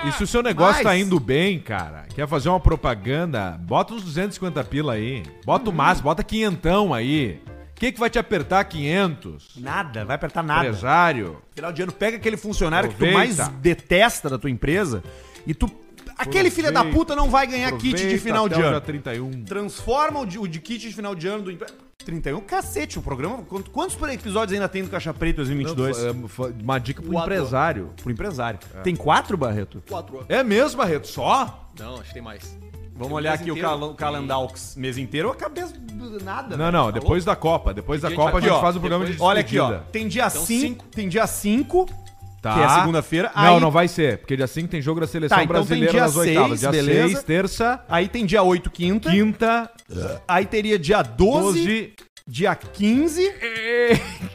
Speaker 1: e se o seu negócio tá indo bem, cara, quer fazer uma propaganda, bota uns 250 pila aí. Bota o
Speaker 2: Uhum.
Speaker 1: máximo, bota quinhentão aí. Quem que vai te apertar 500?
Speaker 2: Nada, vai apertar nada.
Speaker 1: Empresário?
Speaker 2: Final de ano, pega aquele funcionário que tu
Speaker 1: Aproveita.
Speaker 2: mais detesta da tua empresa e tu. Aquele filho da puta não vai ganhar kit de
Speaker 1: Aproveita
Speaker 2: final de
Speaker 1: até o dia
Speaker 2: ano.
Speaker 1: 31.
Speaker 2: Transforma o de, o de kit de final de ano do. empre- 31, cacete, o programa. quant- Quantos episódios ainda tem do Caixa Preto 2022?
Speaker 1: Não, fa- fa- Uma dica pro
Speaker 4: Quatro.
Speaker 1: empresário.
Speaker 2: Pro empresário. Tem quatro, Barreto?
Speaker 4: Quatro anos.
Speaker 1: É mesmo, Barreto? Só?
Speaker 4: Não, acho que tem mais.
Speaker 2: Vamos olhar
Speaker 4: mês
Speaker 2: aqui
Speaker 4: inteiro.
Speaker 2: o calendário mês inteiro. A cabeça. Nada. né?
Speaker 1: Não, não, depois da Copa. Depois da
Speaker 4: Aqui,
Speaker 1: Copa a gente
Speaker 2: ó,
Speaker 1: faz o programa de
Speaker 2: Olha aqui, ó.
Speaker 1: despedida.
Speaker 2: Tem dia
Speaker 4: Então,
Speaker 2: 5,
Speaker 4: cinco.
Speaker 2: tem dia 5,
Speaker 1: Tá.
Speaker 2: que é segunda-feira.
Speaker 1: Não,
Speaker 2: aí-
Speaker 1: não vai ser, porque dia 5 tem jogo da seleção
Speaker 2: Tá, então tem
Speaker 1: brasileira
Speaker 2: dia
Speaker 1: nas oitavas.
Speaker 2: seis,
Speaker 1: Dia
Speaker 2: beleza.
Speaker 1: 6, terça,
Speaker 2: Aí tem dia 8, quinta.
Speaker 1: quinta,
Speaker 2: Aí teria dia 12,
Speaker 1: 12.
Speaker 2: dia 15.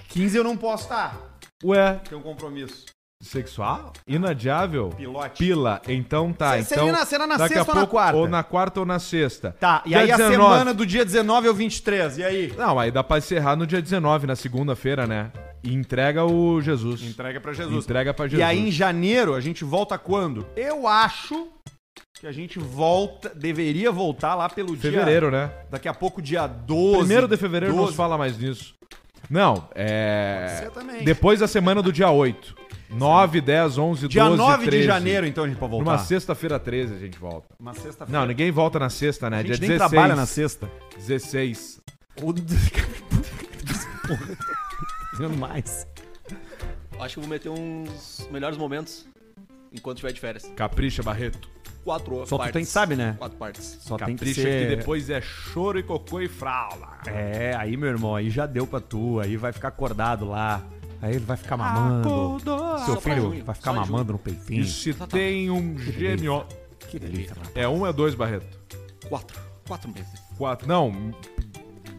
Speaker 2: 15 eu não posso estar.
Speaker 1: Ué,
Speaker 2: Tem um compromisso.
Speaker 1: sexual? Inadiável?
Speaker 2: Pilote.
Speaker 1: Pila. Então tá.
Speaker 2: Se-
Speaker 1: então,
Speaker 2: seria na- será na
Speaker 1: daqui a
Speaker 2: sexta ou na quarta?
Speaker 1: Ou na quarta ou na sexta.
Speaker 2: Tá, e
Speaker 1: Dia
Speaker 2: aí a
Speaker 1: 19.
Speaker 2: semana do dia 19 ao 23. E aí?
Speaker 1: Não, aí dá pra encerrar no dia 19, na segunda-feira, né? E entrega o Jesus.
Speaker 2: Entrega pra
Speaker 1: Entrega pra Jesus.
Speaker 2: E aí em janeiro a gente volta quando? Eu acho que a gente volta, deveria voltar lá pelo
Speaker 1: Fevereiro, né?
Speaker 2: dia... Daqui a pouco, dia 12.
Speaker 1: Primeiro de fevereiro não
Speaker 2: 12.
Speaker 1: se fala mais nisso. Não, é.
Speaker 2: Pode ser também.
Speaker 1: Depois da semana do dia 8. 9, 10, 11,
Speaker 2: Dia
Speaker 1: 12,
Speaker 2: 9
Speaker 1: 13.
Speaker 2: de janeiro, então, a gente pode voltar.
Speaker 1: Numa sexta-feira 13 a gente volta.
Speaker 2: Uma sexta-feira.
Speaker 1: Não, ninguém volta na sexta, né?
Speaker 2: a gente
Speaker 1: dia
Speaker 2: nem
Speaker 1: 16.
Speaker 2: trabalha na sexta.
Speaker 1: 16.
Speaker 2: Dizendo mais.
Speaker 4: Acho que eu vou meter uns melhores momentos enquanto tiver de férias.
Speaker 1: Capricha, Barreto.
Speaker 4: Quatro
Speaker 2: Só tu
Speaker 4: partes.
Speaker 2: tem que saber, né?
Speaker 4: Quatro partes.
Speaker 2: Só tem que
Speaker 1: Capricha
Speaker 2: ser...
Speaker 1: que depois é choro e cocô e frala.
Speaker 2: É, aí, meu irmão, aí já deu pra tu, aí vai ficar acordado lá. Aí ele vai ficar mamando. Seu
Speaker 4: Só pra
Speaker 2: filho
Speaker 4: junho,
Speaker 2: vai ficar
Speaker 4: só em junho.
Speaker 2: mamando no peitinho.
Speaker 1: E se tem um gêmeo.
Speaker 2: Que delícia, mano.
Speaker 1: É um, é dois, Barreto?
Speaker 4: Quatro. Quatro meses.
Speaker 1: Quatro. Não.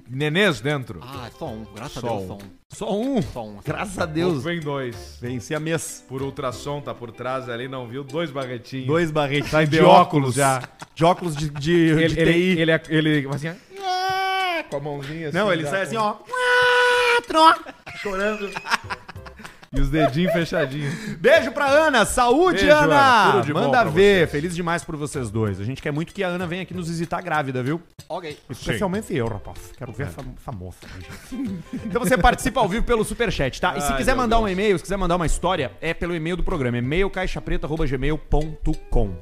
Speaker 1: Nenês dentro.
Speaker 4: Ah, é só um. Graças
Speaker 1: Só
Speaker 4: a Deus,
Speaker 1: um.
Speaker 4: só um.
Speaker 2: Só um.
Speaker 4: Só um.
Speaker 2: Graças a Deus.
Speaker 1: Vem dois.
Speaker 2: Venci a mês.
Speaker 1: Por ultrassom, tá por trás ali, não viu? Dois barretinhos.
Speaker 2: Dois barretes
Speaker 1: Tá em
Speaker 2: de
Speaker 1: de
Speaker 2: óculos
Speaker 1: óculos
Speaker 2: já. De óculos de, de, de
Speaker 1: Ele, ele,
Speaker 2: TI.
Speaker 1: ele, ele, ele vai assim, ah, com a mãozinha assim.
Speaker 2: Não, ele
Speaker 1: já,
Speaker 2: sai assim,
Speaker 1: com-
Speaker 2: ó. Ah, troca.
Speaker 1: E os dedinhos fechadinhos.
Speaker 2: Beijo pra Ana, saúde,
Speaker 1: Beijo,
Speaker 2: Ana!
Speaker 1: Ana. Tudo de bom
Speaker 2: Manda
Speaker 1: pra
Speaker 2: ver, feliz demais por vocês dois. A gente quer muito que a Ana venha aqui nos visitar grávida, viu?
Speaker 4: Ok.
Speaker 2: Especialmente eu, rapaz. Quero
Speaker 1: É.
Speaker 2: ver essa, essa moça. então você participa ao vivo pelo Superchat, tá? E se
Speaker 1: Ai,
Speaker 2: quiser
Speaker 1: meu
Speaker 2: mandar um
Speaker 1: Deus.
Speaker 2: e-mail, se quiser mandar uma história, é pelo e-mail do programa. E-mail caixapreta.gmail.com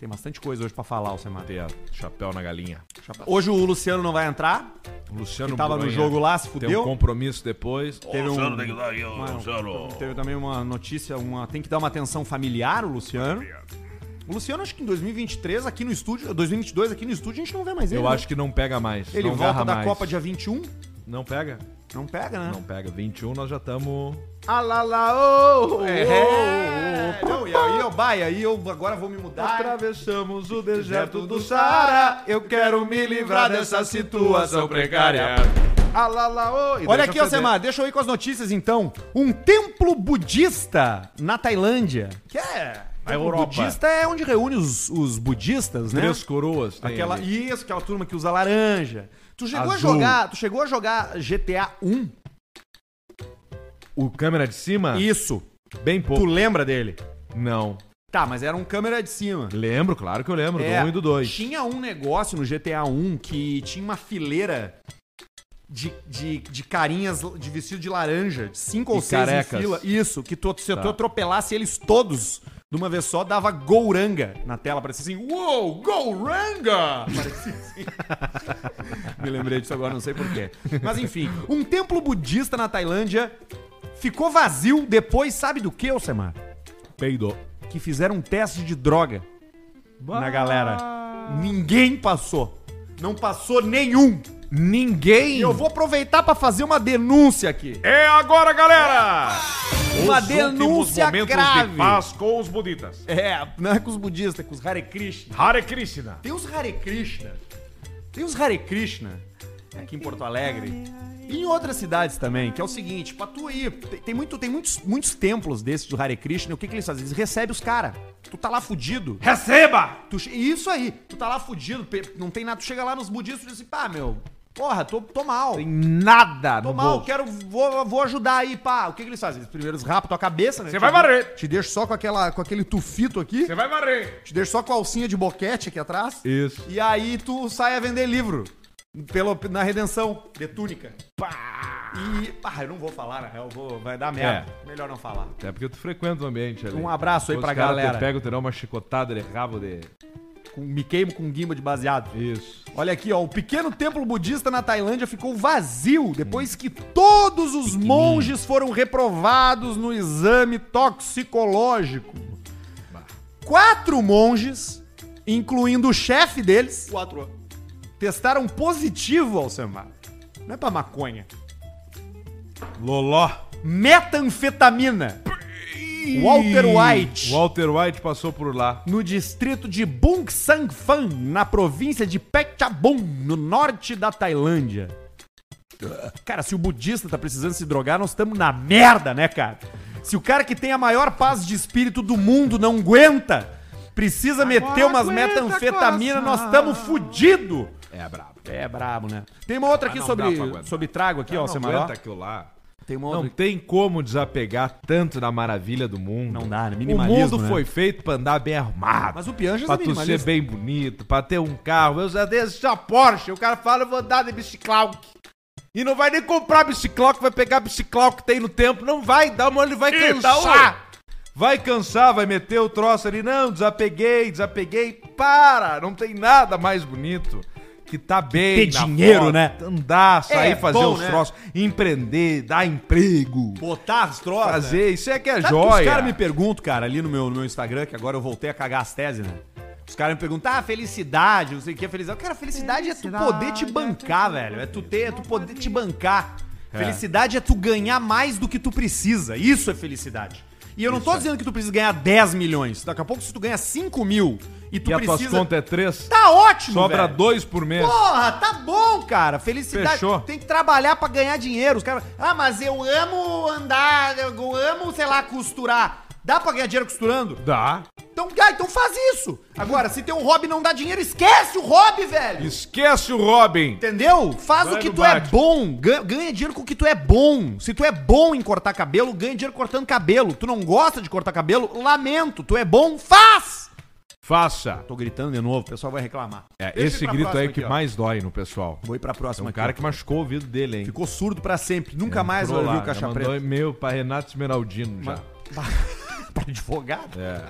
Speaker 2: Tem bastante coisa hoje pra falar, Alcemar.
Speaker 1: Ter a chapéu na galinha.
Speaker 2: Hoje o Luciano não vai entrar,
Speaker 1: O Luciano
Speaker 2: que tava no
Speaker 1: Bronha
Speaker 2: jogo lá, se
Speaker 1: Tem um
Speaker 2: fudeu.
Speaker 1: compromisso depois.
Speaker 2: Teve um-
Speaker 5: Luciano tem que dar aí, ô,
Speaker 2: Mano,
Speaker 5: Luciano.
Speaker 2: Teve também uma notícia, uma, tem que dar uma atenção familiar, o Luciano. O Luciano, acho que em 2023, aqui no estúdio, 2022, aqui no estúdio, a gente não vê mais ele.
Speaker 1: Eu
Speaker 2: né?
Speaker 1: acho que não pega mais.
Speaker 2: Ele
Speaker 1: não
Speaker 2: volta
Speaker 1: garra
Speaker 2: da
Speaker 1: mais.
Speaker 2: Copa dia 21.
Speaker 1: Não pega?
Speaker 2: Não pega, né?
Speaker 1: Não pega. 21 nós já estamos.
Speaker 2: Ah lá lá, ô!
Speaker 1: É.
Speaker 2: ô, ô, ô. é, Não, e aí eu, vai, aí eu agora vou me mudar.
Speaker 1: Atravessamos o
Speaker 2: deserto do Saara,
Speaker 1: Eu quero me
Speaker 2: livrar dessa situação
Speaker 1: precária.
Speaker 2: Ah, Olha aqui, Alcemar, deixa eu ir com as notícias então. Um templo budista na Tailândia. Que é.
Speaker 1: Na
Speaker 2: templo
Speaker 1: Europa.
Speaker 2: budista é onde reúne os, os budistas, né?
Speaker 1: Três coroas. tem
Speaker 2: Aquela,
Speaker 1: ali.
Speaker 2: isso, aquela turma que usa laranja. Tu chegou
Speaker 1: Azul.
Speaker 2: a jogar, tu chegou a um? jogar GTA 1?
Speaker 1: O câmera de cima?
Speaker 2: Isso.
Speaker 1: Bem
Speaker 2: Tu
Speaker 1: pouco.
Speaker 2: lembra dele?
Speaker 1: Não.
Speaker 2: Tá, mas era um câmera de cima.
Speaker 1: Lembro, claro que eu lembro.
Speaker 2: É,
Speaker 1: do 1 e do 2.
Speaker 2: Tinha um negócio no GTA 1 que tinha uma fileira de, de, de carinhas de vestido de laranja, de cinco ou
Speaker 1: E
Speaker 2: seis
Speaker 1: carecas.
Speaker 2: em fila. Isso, que tu, se
Speaker 1: Tá.
Speaker 2: tu atropelasse eles todos de uma vez só, dava Gouranga na tela. Parecia assim, uou, Gouranga! Parecia assim. Me lembrei disso agora, não sei porquê. Mas enfim, um templo budista na Tailândia ficou vazio depois, sabe do que, Alcemar?
Speaker 1: Peidou.
Speaker 2: Que fizeram um teste de droga
Speaker 1: Ah.
Speaker 2: na galera. Ninguém passou. Não passou nenhum.
Speaker 1: Ninguém.
Speaker 2: E eu vou aproveitar pra fazer uma denúncia aqui.
Speaker 1: É agora, galera!
Speaker 2: Uma
Speaker 1: Os últimos
Speaker 2: denúncia
Speaker 1: momentos
Speaker 2: grave.
Speaker 1: de paz com os buditas.
Speaker 2: É, não é com os budistas, é com os Hare Krishna.
Speaker 1: Hare Krishna.
Speaker 2: Tem os Hare Krishna. Tem os Hare Krishna aqui em Porto Alegre. E em outras cidades também, que é o seguinte, pra tu ir, tem, tem muito, tem muitos, muitos templos desses do Hare Krishna, o que, que eles fazem? Eles recebem os caras. Tu tá lá fudido,
Speaker 1: Receba!
Speaker 2: Tu che- isso aí, tu tá lá fudido, pe- não tem nada, tu chega lá nos budistas e diz assim, pá, meu, porra, tô, tô mal.
Speaker 1: Tem nada
Speaker 2: Tô
Speaker 1: no
Speaker 2: mal,
Speaker 1: bolso.
Speaker 2: quero, vou, vou ajudar aí, pá. O que, que eles fazem? Eles primeiro eles rapam tua cabeça, né?
Speaker 1: Você
Speaker 2: Te
Speaker 1: vai
Speaker 2: deixa-
Speaker 1: varrer.
Speaker 2: Te deixa só com, aquela, com aquele tufito aqui,
Speaker 1: Você vai varrer.
Speaker 2: te deixa só com a alcinha de boquete aqui atrás.
Speaker 1: Isso.
Speaker 2: E aí tu sai a vender livro. Pelo, na redenção, de túnica. Pá. E. Ah, eu não vou falar, na real, eu vou, vai dar merda. Melhor não falar.
Speaker 1: É porque tu frequenta o ambiente ali.
Speaker 2: Um abraço aí
Speaker 1: Os
Speaker 2: pra
Speaker 1: caras
Speaker 2: galera.
Speaker 1: Te pega, terá uma chicotada de rabo de...
Speaker 2: Com, me queimo com guimba de baseado.
Speaker 1: Isso.
Speaker 2: Olha aqui, ó. O pequeno templo budista na Tailândia ficou vazio depois que todos os monges foram reprovados no exame toxicológico. Quatro monges, incluindo o chefe deles,
Speaker 4: Quatro.
Speaker 2: testaram positivo ao Samar. Não é pra maconha.
Speaker 1: Loló.
Speaker 2: Metanfetamina. Walter White.
Speaker 1: Walter White passou por lá.
Speaker 2: No distrito de Bung Sang Phan, na província de Phetchabun, no norte da Tailândia. Cara, se o budista tá precisando se drogar, nós estamos na merda, né, cara? Se o cara que tem a maior paz de espírito do mundo não aguenta, precisa meter umas metanfetamina, nós estamos fudido.
Speaker 1: É brabo.
Speaker 2: É brabo, né? Tem uma outra aqui
Speaker 1: Ah, não dá pra
Speaker 2: sobre,
Speaker 1: aguentar.
Speaker 2: sobre trago aqui, ó,
Speaker 1: não
Speaker 2: Semaró.
Speaker 1: aguenta aquilo lá.
Speaker 2: Tem uma
Speaker 1: Não
Speaker 2: outra
Speaker 1: tem como desapegar tanto da maravilha do mundo.
Speaker 2: Não dá, né?
Speaker 1: O mundo
Speaker 2: Minimalismo, né?
Speaker 1: foi feito pra andar bem arrumado.
Speaker 2: Mas o Pianjas
Speaker 1: pra
Speaker 2: é
Speaker 1: tu ser
Speaker 2: minimalista.
Speaker 1: bem bonito, pra ter um carro. Eu já dei a Porsche. O cara fala, eu vou andar de bicicleta. E não vai nem comprar bicicleta, vai pegar bicicleta que tem no tempo. Não vai, dá uma hora, ele vai cansar. Vai cansar, vai meter o troço ali. Não, desapeguei, desapeguei. Para, não tem nada mais bonito. Que tá bem.
Speaker 2: ter
Speaker 1: na
Speaker 2: dinheiro, né?
Speaker 1: Andar, sair,
Speaker 2: É
Speaker 1: fazer
Speaker 2: bom,
Speaker 1: os
Speaker 2: né?
Speaker 1: troços, empreender, dar emprego.
Speaker 2: Botar as troças.
Speaker 1: Fazer, isso é que é
Speaker 2: Sabe que
Speaker 1: joia.
Speaker 2: Os caras me perguntam, cara, ali no meu, no meu Instagram, que agora eu voltei a cagar as teses, né? Os caras me perguntam, ah, felicidade, não sei o que é felicidade. Cara, felicidade é tu poder te bancar, velho. É tu ter, é tu poder te bancar. Felicidade é tu ganhar mais do que tu precisa. Isso é felicidade. E eu não tô dizendo que tu precisa ganhar 10 milhões. Daqui a pouco, se tu ganha 5 mil e tu
Speaker 1: e as tuas
Speaker 2: precisa.
Speaker 1: contas é três,
Speaker 2: Tá ótimo,
Speaker 1: sobra
Speaker 2: velho.
Speaker 1: dois por mês.
Speaker 2: Porra, tá bom, cara. Felicidade.
Speaker 1: Fechou.
Speaker 2: Tem que trabalhar pra ganhar dinheiro. Os caras. Ah, mas eu amo andar, eu amo, sei lá, costurar. Dá pra ganhar dinheiro costurando?
Speaker 1: Dá.
Speaker 2: Então, ah, então faz isso. Agora, se teu hobby não dá dinheiro, esquece o hobby, velho.
Speaker 1: Esquece o Robin.
Speaker 2: Entendeu? Faz
Speaker 1: Vai
Speaker 2: o que
Speaker 1: no
Speaker 2: tu é
Speaker 1: Batman.
Speaker 2: bom. Ganha, ganha dinheiro com o que tu é bom. Se tu é bom em cortar cabelo, ganha dinheiro cortando cabelo. Tu não gosta de cortar cabelo? Lamento. Tu é bom? Faz!
Speaker 1: Faça.
Speaker 2: Tô gritando de novo, o pessoal vai reclamar.
Speaker 1: É,
Speaker 2: Deixa eu ir
Speaker 1: esse
Speaker 2: pra
Speaker 1: grito aí
Speaker 2: próxima
Speaker 1: que
Speaker 2: aqui, ó.
Speaker 1: mais dói no pessoal.
Speaker 2: Vou ir pra próxima
Speaker 1: Um
Speaker 2: aqui,
Speaker 1: cara
Speaker 2: ó.
Speaker 1: que machucou o ouvido dele, hein?
Speaker 2: Ficou surdo pra sempre. Nunca mais vai
Speaker 1: É, Entrou
Speaker 2: ouvir
Speaker 1: lá,
Speaker 2: o Caixa
Speaker 1: já
Speaker 2: Preta.
Speaker 1: mandou e-mail pra Renato Esmeraldino já.
Speaker 2: Pra Tá advogado?
Speaker 1: É.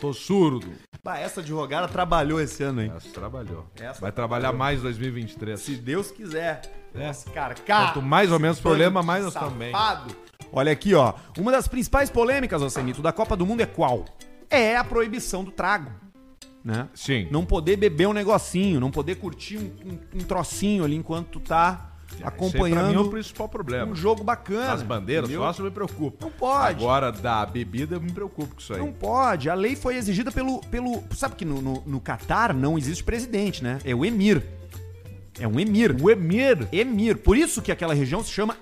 Speaker 1: Tô surdo.
Speaker 2: Bah, essa advogada trabalhou esse ano, hein?
Speaker 1: Essa trabalhou.
Speaker 2: Essa
Speaker 1: Vai trabalhar mais 2023.
Speaker 2: Se Deus quiser.
Speaker 1: É.
Speaker 2: Nossa, cara, cara.
Speaker 1: Quanto mais ou menos problema, mais nós também.
Speaker 2: safado. Olha aqui, ó. Uma das principais polêmicas, Ocenito, da Copa do Mundo é qual? É a proibição do trago. Né?
Speaker 1: Sim.
Speaker 2: Não poder beber um negocinho, não poder curtir um, um- um trocinho ali enquanto tu tá
Speaker 1: Esse aí, pra mim é o
Speaker 2: acompanhando
Speaker 1: principal problema.
Speaker 2: um jogo bacana.
Speaker 1: As bandeiras,
Speaker 2: entendeu?
Speaker 1: só isso me preocupa.
Speaker 2: Não pode.
Speaker 1: Agora, da bebida, eu me preocupo com isso aí.
Speaker 2: Não pode. A lei foi exigida pelo. pelo sabe que no, no, no Catar não existe presidente, né? É o emir. É um emir.
Speaker 1: O Emir,
Speaker 2: Emir. Por isso que aquela região se chama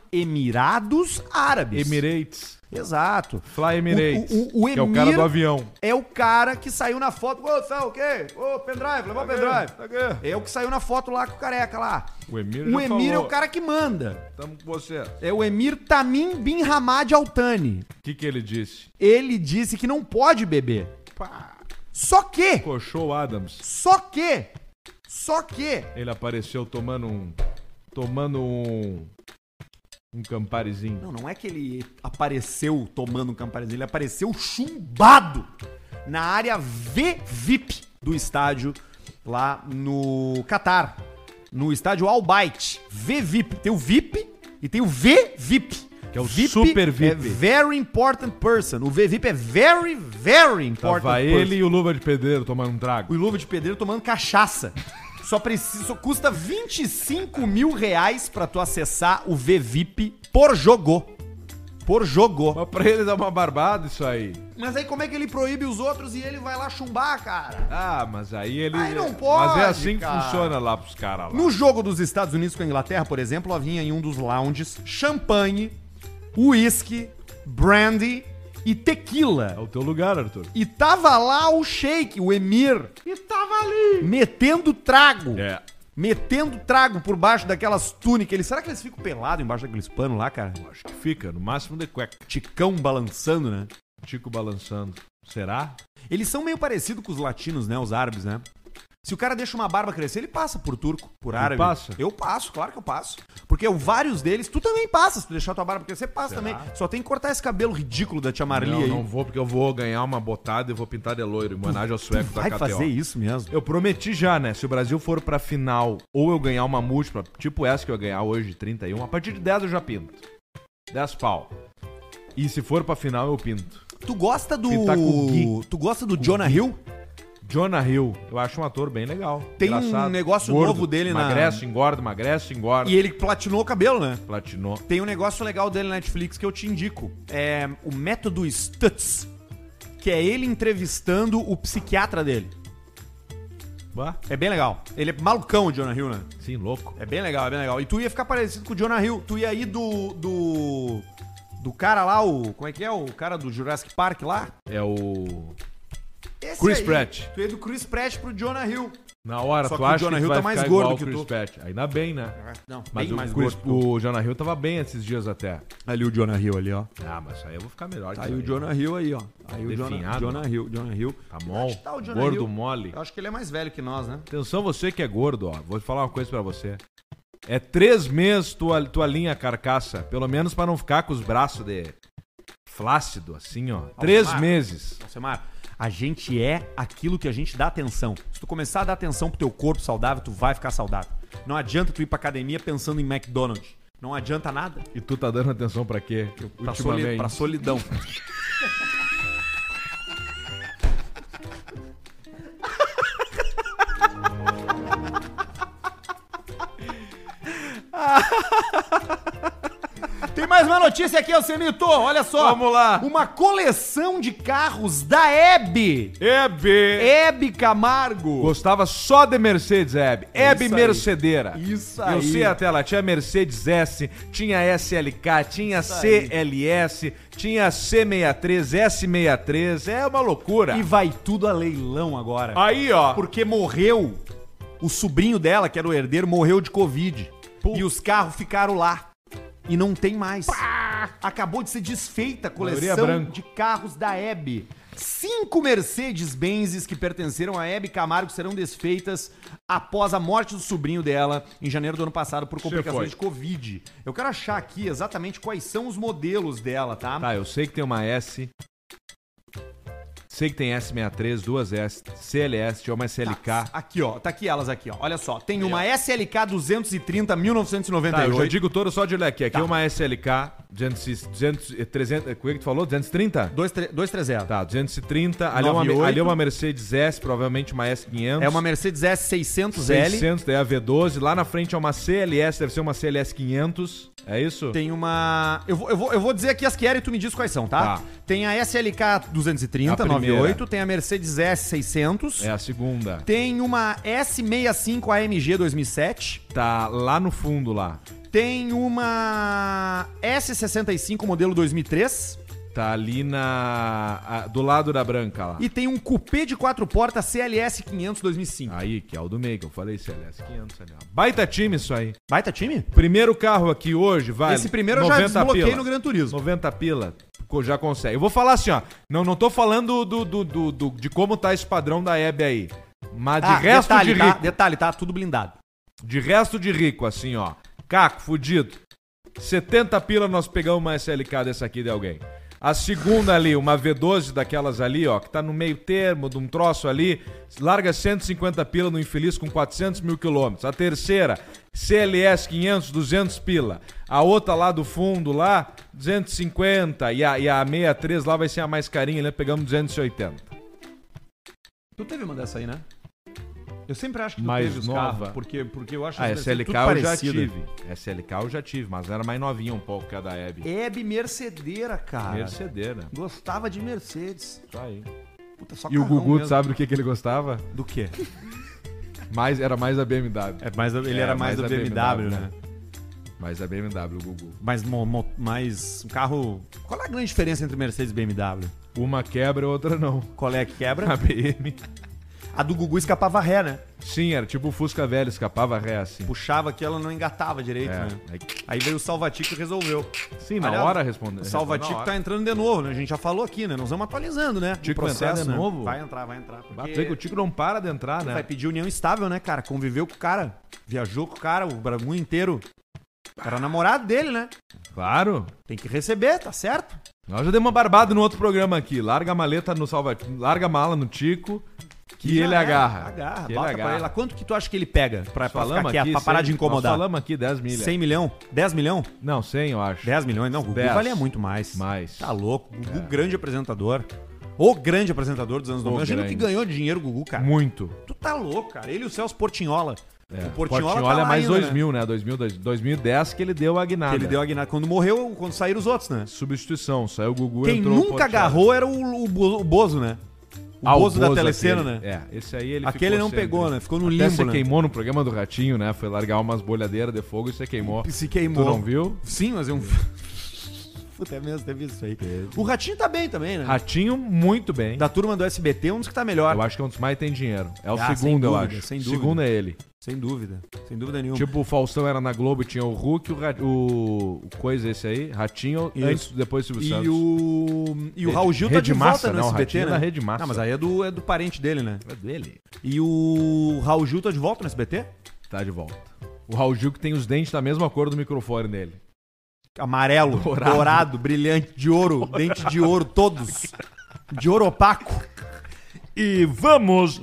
Speaker 2: Emirados Árabes.
Speaker 1: Emirates,
Speaker 2: Exato.
Speaker 1: Fly Emirates,
Speaker 2: O, o, o,
Speaker 1: que é o cara
Speaker 2: emir
Speaker 1: do avião.
Speaker 2: é o cara que saiu na foto. Ô, sabe o quê? Ô, pendrive, levou
Speaker 1: Tá
Speaker 2: o pendrive. É o que saiu na foto lá com o careca lá.
Speaker 1: O Emir
Speaker 2: O
Speaker 1: já
Speaker 2: emir é
Speaker 1: falou.
Speaker 2: o cara que manda.
Speaker 1: Tamo com você. O
Speaker 2: É o emir Tamim bin Hamad Al Thani.
Speaker 1: que que ele disse?
Speaker 2: Ele disse que não pode beber. Só que,
Speaker 1: Coxou o Adams.
Speaker 2: só que, só que
Speaker 1: Ele apareceu tomando um... Tomando um... Um camparezinho.
Speaker 2: Não, não é que ele apareceu tomando um camparizinho, ele apareceu chumbado na área VVIP do estádio lá no Catar, no estádio Al Bayt. VVIP, tem o VIP e tem o VVIP.
Speaker 1: Que é o super
Speaker 2: É
Speaker 1: VIP.
Speaker 2: very important person. O VVIP é very, very important
Speaker 1: Tava ele e o Luva de Pedreiro tomando um trago.
Speaker 2: o Luva de Pedreiro tomando cachaça. Só precisa, só custa 25 mil reais pra tu acessar o VVIP por jogo. Por jogo.
Speaker 1: Mas pra ele dá uma barbada isso aí.
Speaker 2: Mas aí como é que ele proíbe os outros e ele vai lá chumbar, cara?
Speaker 1: Ah, mas aí ele...
Speaker 2: Aí não
Speaker 1: Mas
Speaker 2: pode,
Speaker 1: é assim
Speaker 2: cara.
Speaker 1: que funciona lá pros caras lá.
Speaker 2: No jogo dos Estados Unidos com a Inglaterra, por exemplo, havia em um dos lounges champanhe, uísque, brandy e
Speaker 1: É
Speaker 2: tequila.
Speaker 1: o teu lugar, Arthur.
Speaker 2: E tava lá o Sheik, o Emir. E tava ali. Metendo trago.
Speaker 1: É.
Speaker 2: metendo trago por baixo daquelas túnicas. Eles, será que eles ficam pelados embaixo daqueles panos lá, cara?
Speaker 1: Acho que fica, é no máximo de cueca.
Speaker 2: Ticão balançando, né?
Speaker 1: Tico balançando. Será?
Speaker 2: Eles são meio parecidos com os latinos, né? Os árabes, né? Se o cara deixa uma barba crescer, ele passa por turco, por árabe.
Speaker 1: passa?
Speaker 2: Eu passo, claro que eu passo. Porque eu, vários deles, tu também passa. Se tu deixar tua barba crescer, passa também. Só tem que cortar esse cabelo ridículo da tia Marli
Speaker 1: não,
Speaker 2: aí.
Speaker 1: não vou, porque eu vou ganhar uma botada e vou pintar de loiro, em homenagem ao sueco da
Speaker 2: Vai
Speaker 1: KTO.
Speaker 2: fazer isso mesmo.
Speaker 1: Eu prometi já, né? Se o Brasil for pra final ou eu ganhar uma múltipla, tipo essa que eu ia ganhar hoje, 31, a partir de 10 eu já pinto. 10 pau. E se for pra final, eu pinto.
Speaker 2: Tu gosta do.
Speaker 1: Pintar com o Gui.
Speaker 2: Tu gosta do Jonah Hill?
Speaker 1: Jonah Hill, eu acho um ator bem legal.
Speaker 2: Tem um negócio novo dele na-
Speaker 1: Emagrece, engorda, emagrece, engorda.
Speaker 2: E ele platinou o cabelo, né?
Speaker 1: Platinou.
Speaker 2: Tem um negócio legal dele na Netflix que eu te indico. É o método Stutz, que é ele entrevistando o psiquiatra dele.
Speaker 1: Bah,
Speaker 2: É bem legal. Ele é malucão, o Jonah Hill, né?
Speaker 1: sim, louco.
Speaker 2: É bem legal, é bem legal. E tu ia ficar parecido com o Jonah Hill. Tu ia ir do. do. do cara lá, o. Como é que é? O cara do Jurassic Park lá?
Speaker 1: É o.
Speaker 2: Esse
Speaker 1: Chris
Speaker 2: aí.
Speaker 1: Pratt.
Speaker 2: Tu ia do Chris Pratt pro Jonah Hill.
Speaker 1: Na hora,
Speaker 2: Só
Speaker 1: tu
Speaker 2: que o
Speaker 1: acha
Speaker 2: Jonah
Speaker 1: que
Speaker 2: Hill
Speaker 1: tu vai
Speaker 2: tá mais
Speaker 1: ficar
Speaker 2: gordo
Speaker 1: igual o
Speaker 2: que
Speaker 1: Chris
Speaker 2: tu.
Speaker 1: Pratt. Ainda bem, né?
Speaker 2: Não,
Speaker 1: Mas o, Chris, o Jonah Hill tava bem esses dias até.
Speaker 2: Ali o Jonah Hill ali, ó.
Speaker 1: Ah, mas aí eu vou ficar melhor.
Speaker 2: Tá
Speaker 1: que
Speaker 2: aí
Speaker 1: isso
Speaker 2: o Jonah Hill aí, ó. Tá Aí o Jonah,
Speaker 1: Definhado.
Speaker 2: Jonah Hill, Jonah Hill.
Speaker 1: Tá bom?
Speaker 2: Tá o Jonah
Speaker 1: gordo
Speaker 2: Hill.
Speaker 1: mole.
Speaker 2: Eu acho que ele é mais velho que nós, né?
Speaker 1: Atenção você que é gordo, ó. Vou falar uma coisa pra você. É três meses tua, tua linha carcaça. Pelo menos pra não ficar com os braços de flácido, assim, ó. Três
Speaker 2: Alcemar.
Speaker 1: meses.
Speaker 2: Alcemar, a gente é aquilo que a gente dá atenção. Se tu começar a dar atenção pro teu corpo saudável, tu vai ficar saudável. Não adianta tu ir pra academia pensando em McDonald's. Não adianta nada.
Speaker 1: E tu tá dando atenção pra quê?
Speaker 2: Pra, soli pra solidão. Tem mais uma notícia aqui, Alcemito. Olha só.
Speaker 1: Vamos lá.
Speaker 2: Uma coleção de carros da Hebe.
Speaker 1: Hebe!
Speaker 2: Hebe Camargo.
Speaker 1: Gostava só de Mercedes, Hebe.
Speaker 2: É
Speaker 1: Hebe
Speaker 2: isso aí.
Speaker 1: Mercedeira.
Speaker 2: Isso
Speaker 1: Eu
Speaker 2: aí.
Speaker 1: sei até lá, tinha Mercedes S, tinha SLK, tinha CLS, tinha C63, S63. É uma loucura.
Speaker 2: E vai tudo a leilão agora.
Speaker 1: Aí, ó.
Speaker 2: Porque morreu o sobrinho dela, que era o herdeiro, morreu de Covid. E os carros ficaram lá. E não tem mais. Acabou de ser desfeita a
Speaker 1: Maioria
Speaker 2: coleção
Speaker 1: branco.
Speaker 2: de carros da Hebe. Cinco Mercedes-Benzes que pertenceram a Hebe Camargo serão desfeitas após a morte do sobrinho dela em janeiro do ano passado por
Speaker 1: foi.
Speaker 2: complicações de Covid. Eu quero achar aqui Tá exatamente quais são os modelos dela, tá?
Speaker 1: Tá, eu sei que tem uma S. Sei que tem S63, duas S, CLS, tinha uma SLK.
Speaker 2: Tá, aqui, ó. Tá aqui elas aqui, ó. Olha só. Tem uma SLK 230 1998.
Speaker 1: Tá, eu já digo todo só de leque.
Speaker 2: Tá.
Speaker 1: Aqui é uma SLK 200, 200, eh, 300, eh, como é que tu falou? 230?
Speaker 2: 230.
Speaker 1: Tá, 230. Ali é, uma,
Speaker 2: 98.
Speaker 1: ali é uma Mercedes S, provavelmente uma S500.
Speaker 2: É uma Mercedes S600L.
Speaker 1: 600, daí a V12. Lá na frente é uma CLS, deve ser uma CLS 500. É isso?
Speaker 2: Tem uma. Eu vou, eu, vou, eu vou dizer aqui as que eram e tu me diz quais são, tá?
Speaker 1: Tá.
Speaker 2: Tem a SLK 230,
Speaker 1: A primeira.
Speaker 2: 98. Tem a Mercedes S600.
Speaker 1: É a segunda.
Speaker 2: Tem uma S65 AMG 2007.
Speaker 1: Tá lá no fundo lá.
Speaker 2: Tem uma S65 modelo 2003.
Speaker 1: Tá ali na. a- do lado da branca lá.
Speaker 2: E tem um coupé de quatro portas CLS 500 2005.
Speaker 1: Aí, que é o do meio, que eu falei, CLS 500 ali, ó. Baita time isso aí.
Speaker 2: Baita time?
Speaker 1: Primeiro carro aqui hoje, vai.
Speaker 2: Esse primeiro eu já
Speaker 1: 90
Speaker 2: desbloqueei
Speaker 1: pila.
Speaker 2: no Gran Turismo.
Speaker 1: 90 pila, co- já consegue. Eu vou falar assim, ó. Não, não tô falando do, do, do, do- de como tá esse padrão da Hebe aí. Mas de
Speaker 2: Ah,
Speaker 1: resto
Speaker 2: detalhe,
Speaker 1: de
Speaker 2: tá?
Speaker 1: rico.
Speaker 2: Detalhe, tá? Tudo blindado.
Speaker 1: De resto de rico, assim, ó. Caco, fudido. 70 pila nós pegamos uma SLK dessa aqui de alguém. A segunda ali, uma V12 daquelas ali, ó, que tá no meio termo de um troço ali, larga 150 pila no infeliz com 400 mil quilômetros. A terceira, CLS 500, 200 pila. A outra lá do fundo lá, 250. E a, e a 63 lá vai ser a mais carinha, né? Pegamos 280.
Speaker 2: Tu teve uma dessa aí, né? Eu sempre acho que tu
Speaker 1: Mais
Speaker 2: teve os
Speaker 1: nova.
Speaker 2: carros, porque, porque Ah, eu acho
Speaker 1: A
Speaker 2: as
Speaker 1: SLK
Speaker 2: versões é tudo
Speaker 1: eu já
Speaker 2: parecida.
Speaker 1: tive. SLK eu já tive, mas era mais novinha um pouco que a da Hebe.
Speaker 2: Hebe Mercedeira, cara. né?
Speaker 1: Mercedeira.
Speaker 2: Gostava de Mercedes.
Speaker 1: Tá aí.
Speaker 2: Puta, só
Speaker 1: E o
Speaker 2: carrão
Speaker 1: Gugu, tu
Speaker 2: mesmo.
Speaker 1: sabe do que, que ele gostava?
Speaker 2: Do quê?
Speaker 1: Mais, era mais a BMW.
Speaker 2: É, mas ele
Speaker 1: É,
Speaker 2: era
Speaker 1: mais
Speaker 2: mais, do
Speaker 1: a
Speaker 2: BMW,
Speaker 1: BMW,
Speaker 2: né?
Speaker 1: Mais a BMW, o Gugu.
Speaker 2: Mas, mo- mo- mas um carro... Qual é a grande diferença entre Mercedes e BMW?
Speaker 1: Uma quebra, outra não.
Speaker 2: Qual é que quebra?
Speaker 1: A BM.
Speaker 2: A do Gugu escapava ré, né?
Speaker 1: Sim, era tipo o Fusca velho, escapava ré assim.
Speaker 2: Puxava que ela não engatava direito,
Speaker 1: É.
Speaker 2: né?
Speaker 1: Aí-
Speaker 2: Aí veio o Salvatico e resolveu.
Speaker 1: Sim, na
Speaker 2: Aliás,
Speaker 1: Né? hora respondeu.
Speaker 2: O Salvatico tá entrando de novo, né? A gente já falou aqui, né? Nós vamos atualizando, né?
Speaker 1: Tico vai entrar de
Speaker 2: né?
Speaker 1: novo?
Speaker 2: Vai entrar, vai entrar. porque
Speaker 1: Bateu que o Tico não para de entrar, né?
Speaker 2: Vai pedir união estável, né, cara? Conviveu com o cara, viajou com o cara o Bra- mundo inteiro. Era namorado dele, né?
Speaker 1: Claro.
Speaker 2: Tem que receber, tá certo?
Speaker 1: Nós já demos uma barbada no outro programa aqui. Larga a maleta no salva... Larga a mala no Tico, que
Speaker 2: Já
Speaker 1: ele
Speaker 2: era,
Speaker 1: agarra.
Speaker 2: Agarra,
Speaker 1: Que ele
Speaker 2: bota pra
Speaker 1: agarra.
Speaker 2: ele lá. Quanto que tu acha que ele pega pra, pra
Speaker 1: Falamos
Speaker 2: ficar quieto,
Speaker 1: aqui,
Speaker 2: pra parar
Speaker 1: cem-
Speaker 2: de
Speaker 1: Nós
Speaker 2: incomodar?
Speaker 1: falamos aqui 10 milhas.
Speaker 2: 100 milhão? 10 milhão?
Speaker 1: Não, 100 eu acho.
Speaker 2: 10 milhões? Não, o Gugu
Speaker 1: Dez.
Speaker 2: valia muito mais.
Speaker 1: Mais. É.
Speaker 2: Tá louco. Gugu, grande apresentador. O grande apresentador dos anos 90. Imagina o que
Speaker 1: grande.
Speaker 2: ganhou de dinheiro o Gugu, cara.
Speaker 1: Muito.
Speaker 2: Tu tá louco, cara. Ele e o Celso Portinhola.
Speaker 1: É.
Speaker 2: O
Speaker 1: Portinhola,
Speaker 2: Portinhola,
Speaker 1: é
Speaker 2: tá lá
Speaker 1: mais
Speaker 2: ainda,
Speaker 1: 2000, né? 2000, dois- 2010 que ele deu a
Speaker 2: Né?
Speaker 1: guinada.
Speaker 2: Que ele deu a guinada. Quando morreu, quando saíram os outros, né?
Speaker 1: Substituição, saiu o Gugu
Speaker 2: Quem
Speaker 1: entrou o
Speaker 2: nunca
Speaker 1: Portinhola.
Speaker 2: agarrou era o, o Bo- o Bozo, né? O
Speaker 1: Ah,
Speaker 2: Bozo da Telecena,
Speaker 1: Telecena,
Speaker 2: né?
Speaker 1: É, esse aí ele
Speaker 2: Aquele não
Speaker 1: sempre.
Speaker 2: pegou, né? Ficou no
Speaker 1: Até
Speaker 2: limbo,
Speaker 1: você
Speaker 2: né?
Speaker 1: queimou no programa do Ratinho, né? Foi largar umas bolhadeiras de fogo e você queimou.
Speaker 2: Se queimou.
Speaker 1: é. Tu não viu?
Speaker 2: Sim, mas é um... Puta, é mesmo, teve isso aí. O Ratinho tá bem também, né?
Speaker 1: Ratinho, muito bem.
Speaker 2: Da turma do SBT, um dos que tá melhor.
Speaker 1: Eu acho que é um dos mais que tem dinheiro. É o
Speaker 2: Ah, sem
Speaker 1: segundo, eu
Speaker 2: dúvida,
Speaker 1: acho.
Speaker 2: sem
Speaker 1: O
Speaker 2: dúvida.
Speaker 1: segundo é ele.
Speaker 2: Sem dúvida. Sem dúvida nenhuma.
Speaker 1: Tipo, o Faustão era na Globo, tinha o Hulk, o, Ra- o- o coisa esse aí, Ratinho,
Speaker 2: Isso.
Speaker 1: antes, depois Silvio
Speaker 2: e
Speaker 1: Santos.
Speaker 2: o... E o Raul Gil tá
Speaker 1: Rede
Speaker 2: de
Speaker 1: Massa,
Speaker 2: volta no
Speaker 1: não, o
Speaker 2: SBT,
Speaker 1: Ratinho
Speaker 2: né?
Speaker 1: da Rede Massa.
Speaker 2: Não, mas aí é do, é do parente dele, né?
Speaker 1: É dele.
Speaker 2: E o Raul Gil tá de volta no SBT?
Speaker 1: Tá de volta. O Raul Gil que tem os dentes da mesma cor do microfone dele.
Speaker 2: Amarelo,
Speaker 1: Dourado.
Speaker 2: dourado, brilhante, de ouro, dente de ouro, todos. De ouro opaco.
Speaker 1: E vamos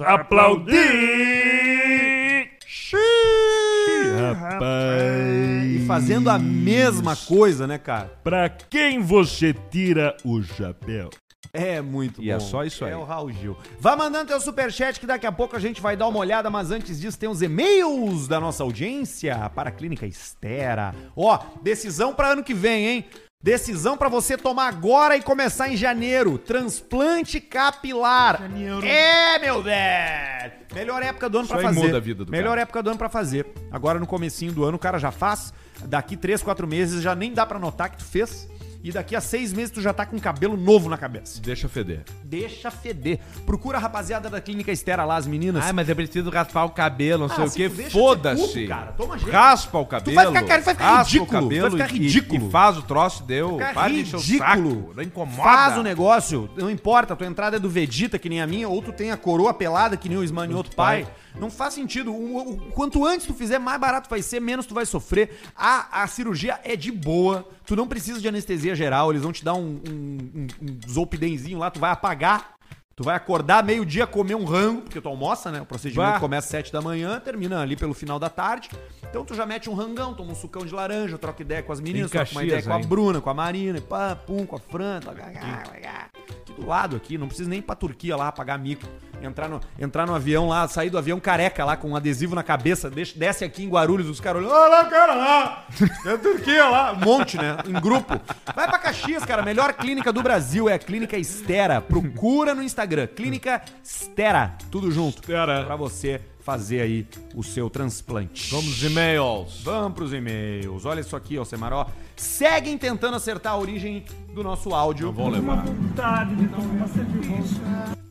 Speaker 1: aplaudir!
Speaker 2: E fazendo a mesma coisa, né, cara?
Speaker 5: Pra quem você tira o chapéu?
Speaker 2: É muito
Speaker 1: E
Speaker 2: bom.
Speaker 1: é só isso aí.
Speaker 2: É o Raul Gil. Vá mandando teu superchat que daqui a pouco a gente vai dar uma olhada, mas antes disso tem os e-mails da nossa audiência para a Clínica Estera. Ó, decisão para ano que vem, hein? Decisão para você tomar agora e começar em janeiro. Transplante capilar. É, meu velho! Melhor época do ano
Speaker 1: Isso
Speaker 2: para
Speaker 1: aí
Speaker 2: fazer.
Speaker 1: muda a vida do
Speaker 2: Melhor
Speaker 1: cara.
Speaker 2: época do ano para fazer. Agora no comecinho do ano o cara já faz. Daqui 3, 4 meses já nem dá para notar que tu fez. E daqui a seis meses tu já tá com cabelo novo na cabeça
Speaker 1: Deixa feder.
Speaker 2: deixa feder. Procura a rapaziada da Clínica Estera lá, as meninas.
Speaker 1: Ai, Ah, mas eu preciso raspar o cabelo, não
Speaker 2: Ah,
Speaker 1: sei o
Speaker 2: se
Speaker 1: quê.
Speaker 2: tu deixa de
Speaker 1: Foda-se.
Speaker 2: cuco, cara, toma jeito.
Speaker 1: Raspa o cabelo.
Speaker 2: vai ficar, cara, vai ficar
Speaker 1: raspa
Speaker 2: ridículo,
Speaker 1: O cabelo
Speaker 2: vai ficar
Speaker 1: e-
Speaker 2: ridículo.
Speaker 1: E, faz o troço, deu.
Speaker 2: Cara,
Speaker 1: Para de encher o saco. Não incomoda.
Speaker 2: Faz o negócio. Não importa, tua entrada é do Vegeta, que nem a minha, ou tu tem a coroa pelada, que nem o Esmanioto pai. Não faz sentido. O, o- quanto antes tu fizer, mais barato vai ser, menos tu vai sofrer. A, a cirurgia é de boa. Tu não precisa de anestesia geral. Eles vão te dar um, um, um, um zolpidenzinho lá, tu vai apagar. Tu vai acordar meio-dia, comer um rango, porque tu almoça, né? O procedimento
Speaker 1: Bah.
Speaker 2: começa às 7 da manhã, termina ali pelo final da tarde. Então tu já mete um rangão, toma um sucão de laranja, troca ideia com as meninas,
Speaker 1: Tem
Speaker 2: troca uma ideia
Speaker 1: Caxias
Speaker 2: com a
Speaker 1: aí.
Speaker 2: Bruna, com a Marina, e pá, pum, com a Fran, tá, gá, gá, gá. aqui do lado aqui, não precisa nem ir pra Turquia lá pagar mico, entrar no, entrar no avião lá, sair do avião careca lá com um adesivo na cabeça, deixa- desce aqui em Guarulhos, os caras olham, olha lá, o cara lá, da Turquia lá, um monte, né, em grupo. Vai pra Caxias, cara, a melhor clínica do Brasil é a Clínica Estera, procura no Instagram, Clínica Estera, tudo junto,
Speaker 1: Estera.
Speaker 2: pra você fazer aí o seu transplante.
Speaker 1: Vamos e-mails.
Speaker 2: Vamos pros e-mails. Olha isso aqui, ó, Semaró. Seguem tentando acertar a origem do nosso áudio.
Speaker 1: Vou levar.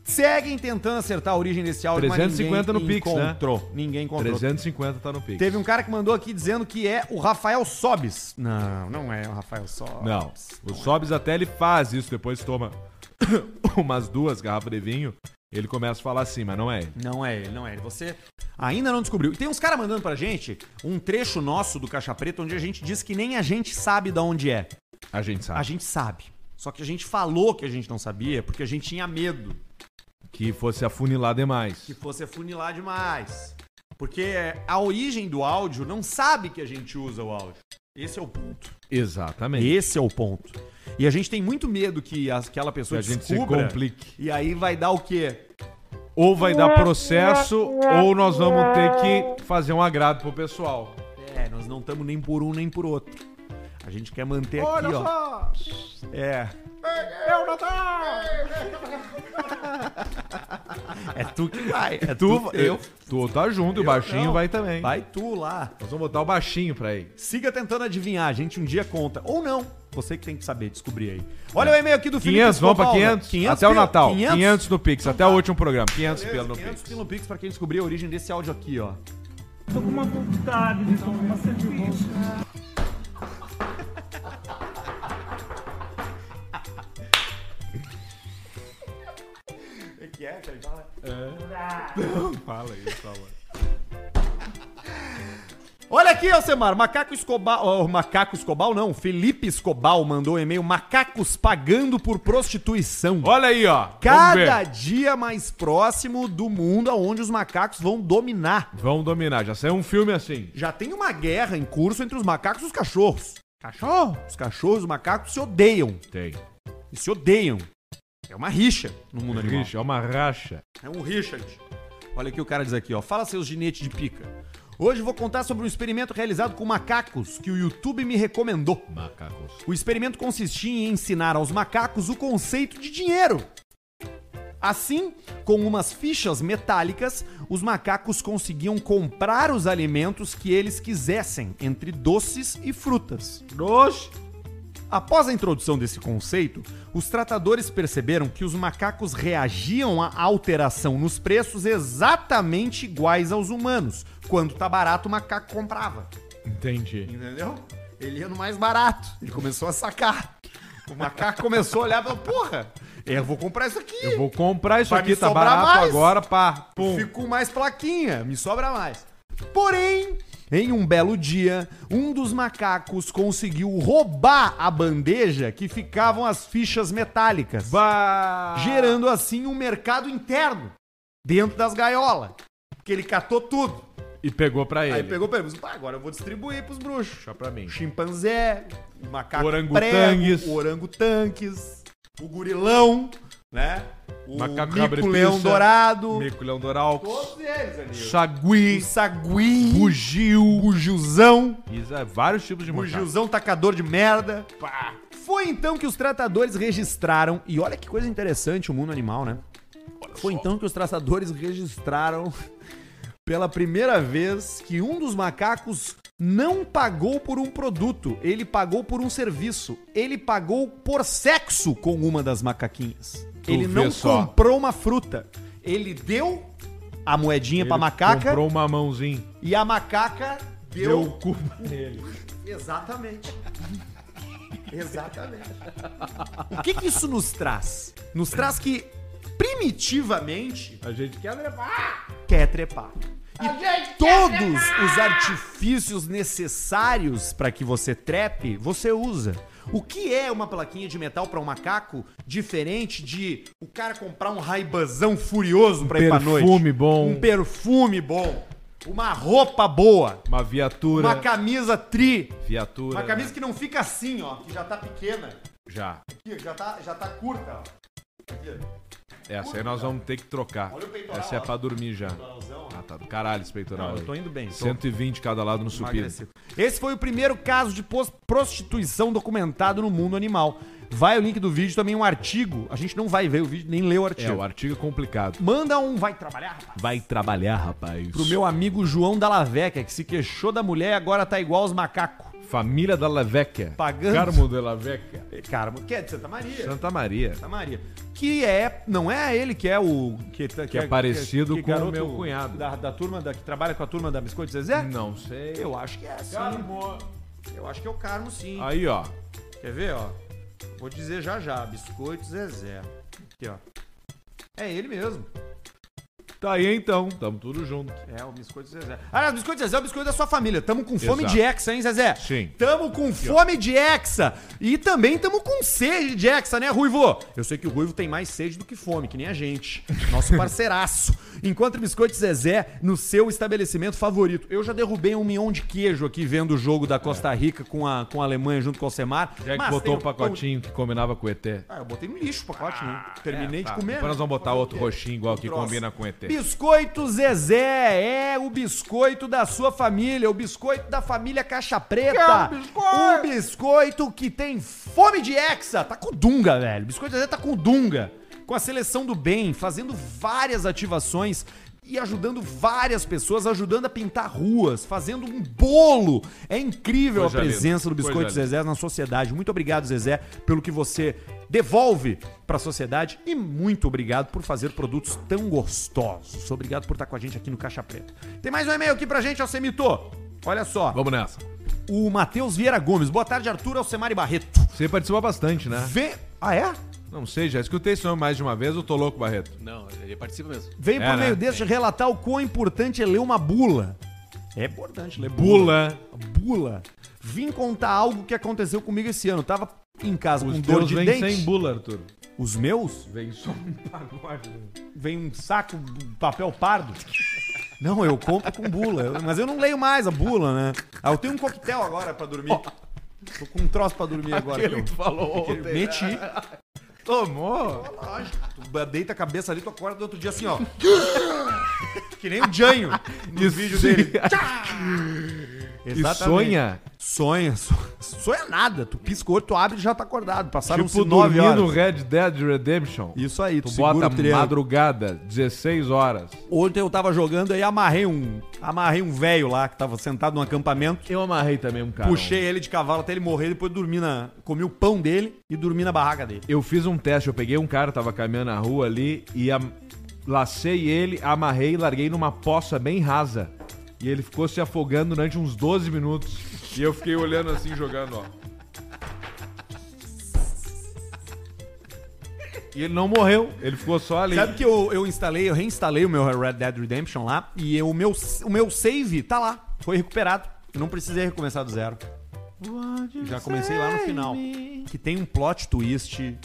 Speaker 2: Seguem tentando acertar a origem desse áudio,
Speaker 1: 350 no Pix, né?
Speaker 2: encontrou. Ninguém encontrou.
Speaker 1: 350 tá no Pix.
Speaker 2: Teve um cara que mandou aqui dizendo que é o Rafael Sobis. Não, não é o Rafael Sobis.
Speaker 1: Não. O Sobs até ele faz isso, depois toma umas duas garrafas de vinho, ele começa a falar assim, mas não é ele.
Speaker 2: Não é ele, não é ele. Você ainda não descobriu. E tem uns caras mandando pra gente um trecho nosso do Caixa Preta onde a gente diz que nem a gente sabe de onde é.
Speaker 1: A gente sabe.
Speaker 2: A gente sabe. Só que a gente falou que a gente não sabia porque a gente tinha medo.
Speaker 1: Que fosse afunilar demais.
Speaker 2: que fosse funilar demais. Porque a origem do áudio não sabe que a gente usa o áudio. Esse é o ponto.
Speaker 1: Exatamente.
Speaker 2: Esse é o ponto. E a gente tem muito medo que as- aquela
Speaker 1: Que
Speaker 2: pessoa
Speaker 1: a gente se
Speaker 2: descubra.
Speaker 1: complique.
Speaker 2: e aí vai dar o quê?
Speaker 1: Ou vai dar processo, ou nós vamos ter que fazer um agrado pro pessoal.
Speaker 2: É, nós não estamos nem por um nem por outro. A gente quer manter aqui, ó.
Speaker 1: só!
Speaker 2: É.
Speaker 1: É o Natal!
Speaker 2: É tu que vai. É tu,
Speaker 1: Tu,
Speaker 2: eu.
Speaker 1: tu tá junto, e o baixinho
Speaker 2: não.
Speaker 1: vai também.
Speaker 2: Vai tu lá.
Speaker 1: Nós vamos botar o baixinho pra ele.
Speaker 2: Siga tentando adivinhar, a gente um dia conta. Ou não. Você que tem que saber, descobrir aí. Olha o e-mail aqui do Felipe
Speaker 1: 500, É. vamos pra
Speaker 2: Escobalda.
Speaker 1: 500? até o
Speaker 2: pila?
Speaker 1: Natal. 500,
Speaker 2: 500?
Speaker 1: no Pix, até o último programa. 500
Speaker 2: Beleza,
Speaker 1: pelo no
Speaker 2: 500
Speaker 1: Pix.
Speaker 2: pila no Pix pra quem descobrir a origem desse áudio aqui, ó.
Speaker 6: Tô com uma vontade de tomar uma cerveja.
Speaker 2: Olha aqui, Alcemar, Macaco Escobal... ó, Macaco Escobal não, Felipe Escobal mandou um e-mail Macacos pagando por prostituição.
Speaker 1: Olha aí, ó. Vamos
Speaker 2: Cada
Speaker 1: ver.
Speaker 2: dia mais próximo do mundo onde os macacos vão dominar.
Speaker 1: Vamos dominar, já saiu um filme assim.
Speaker 2: Já tem uma guerra em curso entre os macacos e os cachorros. Cachorro? Os cachorros e os macacos se odeiam.
Speaker 1: Tem.
Speaker 2: E se odeiam. É uma rixa no mundo animal.
Speaker 1: Rixa, é uma racha.
Speaker 2: É um Richard. Olha aqui o cara diz aqui, ó. Fala seus ginetes de pica. Hoje vou contar sobre um experimento realizado com macacos que o YouTube me recomendou.
Speaker 1: Macacos.
Speaker 2: O experimento consistia em ensinar aos macacos o conceito de dinheiro. Assim, com umas fichas metálicas, os macacos conseguiam comprar os alimentos que eles quisessem, entre doces e frutas. Doce! Após a introdução desse conceito, os tratadores perceberam que os macacos reagiam à alteração nos preços exatamente iguais aos humanos. Quando tá barato, o macaco comprava.
Speaker 1: Entendi.
Speaker 2: Entendeu? Ele ia no mais barato. Ele começou a sacar. O macaco começou a olhar e falou, porra, eu vou comprar isso aqui.
Speaker 1: Eu vou um." comprar isso
Speaker 2: Vai
Speaker 1: aqui,
Speaker 2: me
Speaker 1: tá
Speaker 2: sobrar
Speaker 1: barato
Speaker 2: mais?
Speaker 1: agora, pá. Pum.
Speaker 2: Fico com mais plaquinha, me sobra mais. Porém, em um belo dia, um dos macacos conseguiu roubar a bandeja que ficavam as fichas metálicas,
Speaker 1: Bah.
Speaker 2: gerando assim um mercado interno dentro das gaiolas. Porque ele catou tudo.
Speaker 1: E pegou pra ele.
Speaker 2: Aí pegou e falou, "Pá, agora eu vou distribuir pros bruxos.
Speaker 1: Só pra mim.
Speaker 2: chimpanzé, o macaco
Speaker 1: Orangotangues.
Speaker 2: prego, o orangotangues, o gurilão, né? O
Speaker 1: Macaco
Speaker 2: mico-leão
Speaker 1: cabripiça,
Speaker 2: dourado,
Speaker 1: Merculhão Doral.
Speaker 2: todos eles ali.
Speaker 1: Sagui.
Speaker 2: O sagui,
Speaker 1: Bugio.
Speaker 2: bugilzão,
Speaker 1: Isso é vários tipos de macaco.
Speaker 2: bugilzão tacador de merda. Foi então que os tratadores registraram, e olha que coisa interessante o mundo animal, né? Foi então que os tratadores registraram pela primeira vez que um dos macacos não pagou por um produto, ele pagou por um serviço. Ele pagou por sexo com uma das macaquinhas.
Speaker 1: Tu
Speaker 2: ele
Speaker 1: vê
Speaker 2: não
Speaker 1: só.
Speaker 2: comprou uma fruta. Ele deu a moedinha pra
Speaker 1: Ele
Speaker 2: macaca
Speaker 1: Comprou uma mãozinha.
Speaker 2: e a macaca
Speaker 1: Deu
Speaker 2: deu.
Speaker 1: o cu nele.
Speaker 2: Exatamente. Exatamente. O que que isso nos traz? Nos traz que primitivamente
Speaker 1: A gente quer levar.
Speaker 2: quer trepar. E todos os artifícios necessários para que você trepe, você usa. O que é uma plaquinha de metal pra um macaco diferente de o cara comprar um raibazão furioso pra ir pra noite?
Speaker 1: Um Perfume bom.
Speaker 2: Um perfume bom. Uma roupa boa.
Speaker 1: Uma viatura.
Speaker 2: Uma camisa tri.
Speaker 1: Viatura.
Speaker 2: Uma camisa que não fica assim, ó, que já tá pequena.
Speaker 1: Já.
Speaker 2: Aqui, já tá, já tá curta, ó. Aqui, ó.
Speaker 1: Essa aí nós vamos ter que trocar.
Speaker 2: Olha o peitoral,
Speaker 1: Essa é
Speaker 2: ó.
Speaker 1: pra dormir já.
Speaker 2: Palauzão,
Speaker 1: Ah, tá do caralho esse peitoral.
Speaker 2: Não, eu
Speaker 1: aí.
Speaker 2: tô indo bem, tô.
Speaker 1: 120 cada lado no supino. É,
Speaker 2: Emagrecido. Esse foi o primeiro caso de pos- prostituição documentado no mundo animal. Vai o link do vídeo, também um artigo. A gente não vai ver o vídeo, nem ler o
Speaker 1: É,
Speaker 2: artigo.
Speaker 1: o artigo é complicado.
Speaker 2: Manda um vai trabalhar, rapaz.
Speaker 1: Vai trabalhar, rapaz.
Speaker 2: Pro meu amigo João Dalaveca, que se queixou da mulher e agora tá igual aos macacos.
Speaker 1: Família da Lavecchia.
Speaker 2: Pagando.
Speaker 1: Carmo de Lavecchia.
Speaker 2: Cara, que é de Santa Maria.
Speaker 1: Santa Maria.
Speaker 2: Santa Maria. Que é. Não é ele que é o. Que, tá-
Speaker 1: é parecido com o
Speaker 2: garoto
Speaker 1: meu cunhado.
Speaker 2: Da, da turma da, que trabalha com a turma da Biscoito Zezé?
Speaker 1: Não sei.
Speaker 2: Eu acho que é, sim. Eu acho que é o Carmo, sim.
Speaker 1: Aí, ó.
Speaker 2: Quer ver, ó? Vou dizer já já, biscoito Zezé. Aqui, ó. É ele mesmo.
Speaker 1: Tá aí então. Tamo tudo junto.
Speaker 2: É o biscoito Zezé. Ah, o biscoito Zezé é o biscoito da sua família. Tamo com fome
Speaker 1: Exato.
Speaker 2: de hexa, hein, Zezé?
Speaker 1: Sim.
Speaker 2: Tamo com fome de hexa. E também tamo com sede de hexa, né, Ruivo? Eu sei que o Ruivo tem mais sede do que fome, que nem a gente. Nosso parceiraço. Encontre biscoito Zezé no seu estabelecimento favorito. Eu já derrubei um mignon de queijo aqui vendo o jogo da Costa Rica com a, com a Alemanha junto com o Alcemar.
Speaker 1: É. Já que
Speaker 2: Mas tem um
Speaker 1: botou o
Speaker 2: pão de
Speaker 1: pacotinho que combinava com o ET.
Speaker 2: Ah, eu botei no lixo o pacote, né? Terminei
Speaker 1: Tá,
Speaker 2: de um comer.
Speaker 1: Depois nós vamos botar outro roxinho igual que combina com o ET.
Speaker 2: Biscoito Zezé é o biscoito da sua família, o biscoito da família Caixa Preta. um biscoito que tem fome de hexa. Tá com Dunga, velho. Biscoito Zezé tá com Dunga. Com a seleção do bem, fazendo várias ativações e ajudando várias pessoas, ajudando a pintar ruas, fazendo um bolo. É incrível
Speaker 1: Coisa
Speaker 2: a presença
Speaker 1: linda,
Speaker 2: do Biscoito
Speaker 1: coisa linda.
Speaker 2: Zezé. Zezé na sociedade. Muito obrigado, Zezé, pelo que você devolve para a sociedade e muito obrigado por fazer produtos tão gostosos. Obrigado por estar com a gente aqui no Caixa Preta. Tem mais um e-mail aqui pra gente, Alcemito. Olha só,
Speaker 1: Vamos nessa.
Speaker 2: o Matheus Vieira Gomes. Boa tarde, Arthur Alcemar e Barreto.
Speaker 1: Você participa bastante, né?
Speaker 2: Vem... Ah, é?
Speaker 1: Não sei, já escutei esse nome mais de uma vez. Eu tô louco, Barreto.
Speaker 4: Não, ele participa mesmo.
Speaker 2: Vem
Speaker 1: É,
Speaker 2: por
Speaker 1: né?
Speaker 2: meio deste relatar o quão importante é ler uma bula. É importante ler
Speaker 1: Bula.
Speaker 2: Bula. Vim contar algo que aconteceu comigo esse ano. Tava em casa
Speaker 1: Os
Speaker 2: com dor
Speaker 1: teus
Speaker 2: de
Speaker 1: vêm sem
Speaker 2: dente.
Speaker 1: bula, Arthur.
Speaker 2: Os meus?
Speaker 1: Vem só um pagode.
Speaker 2: vem um saco de papel pardo. Não, eu compro com bula. Eu- Mas eu não leio mais a bula, né? Ah, eu tenho um coquetel agora pra dormir. Tô com um troço pra dormir agora.
Speaker 4: Aquele que
Speaker 2: aqui,
Speaker 4: tu falou
Speaker 2: ó.
Speaker 4: ontem.
Speaker 2: Meti.
Speaker 1: né? Tomou?
Speaker 2: Tu deita a cabeça ali, tu acorda do outro dia assim, ó. que nem o Janho no
Speaker 1: Isso.
Speaker 2: vídeo dele.
Speaker 1: E sonha?
Speaker 2: Sonha. so- Sonha nada. Tu pisca o olho, tu abre e já tá acordado. Passaram
Speaker 1: Tipo,
Speaker 2: tipo, nove
Speaker 1: dormir no
Speaker 2: horas.
Speaker 1: Red Dead Redemption.
Speaker 2: Isso aí,
Speaker 1: Tu
Speaker 2: segura
Speaker 1: bota
Speaker 2: o triângulo.
Speaker 1: madrugada, 16 horas.
Speaker 2: Ontem eu tava jogando aí amarrei um, amarrei um velho lá que tava sentado num acampamento.
Speaker 1: Eu amarrei também um cara.
Speaker 2: Puxei ele de cavalo até ele morrer, depois dormi na. Comi o pão dele e dormi na barraca dele.
Speaker 1: Eu fiz um teste, eu peguei um cara, tava caminhando na rua ali e am- lacei ele, amarrei e larguei numa poça bem rasa. E ele ficou se afogando durante uns 12 minutos. E eu fiquei olhando assim, jogando, ó. E ele não morreu, ele ficou só ali.
Speaker 2: Sabe que eu, eu instalei, eu reinstalei o meu Red Dead Redemption lá e eu- o, meu, o meu save tá lá, foi recuperado. Eu não precisei recomeçar do zero. Já comecei lá no final. Que tem um plot twist.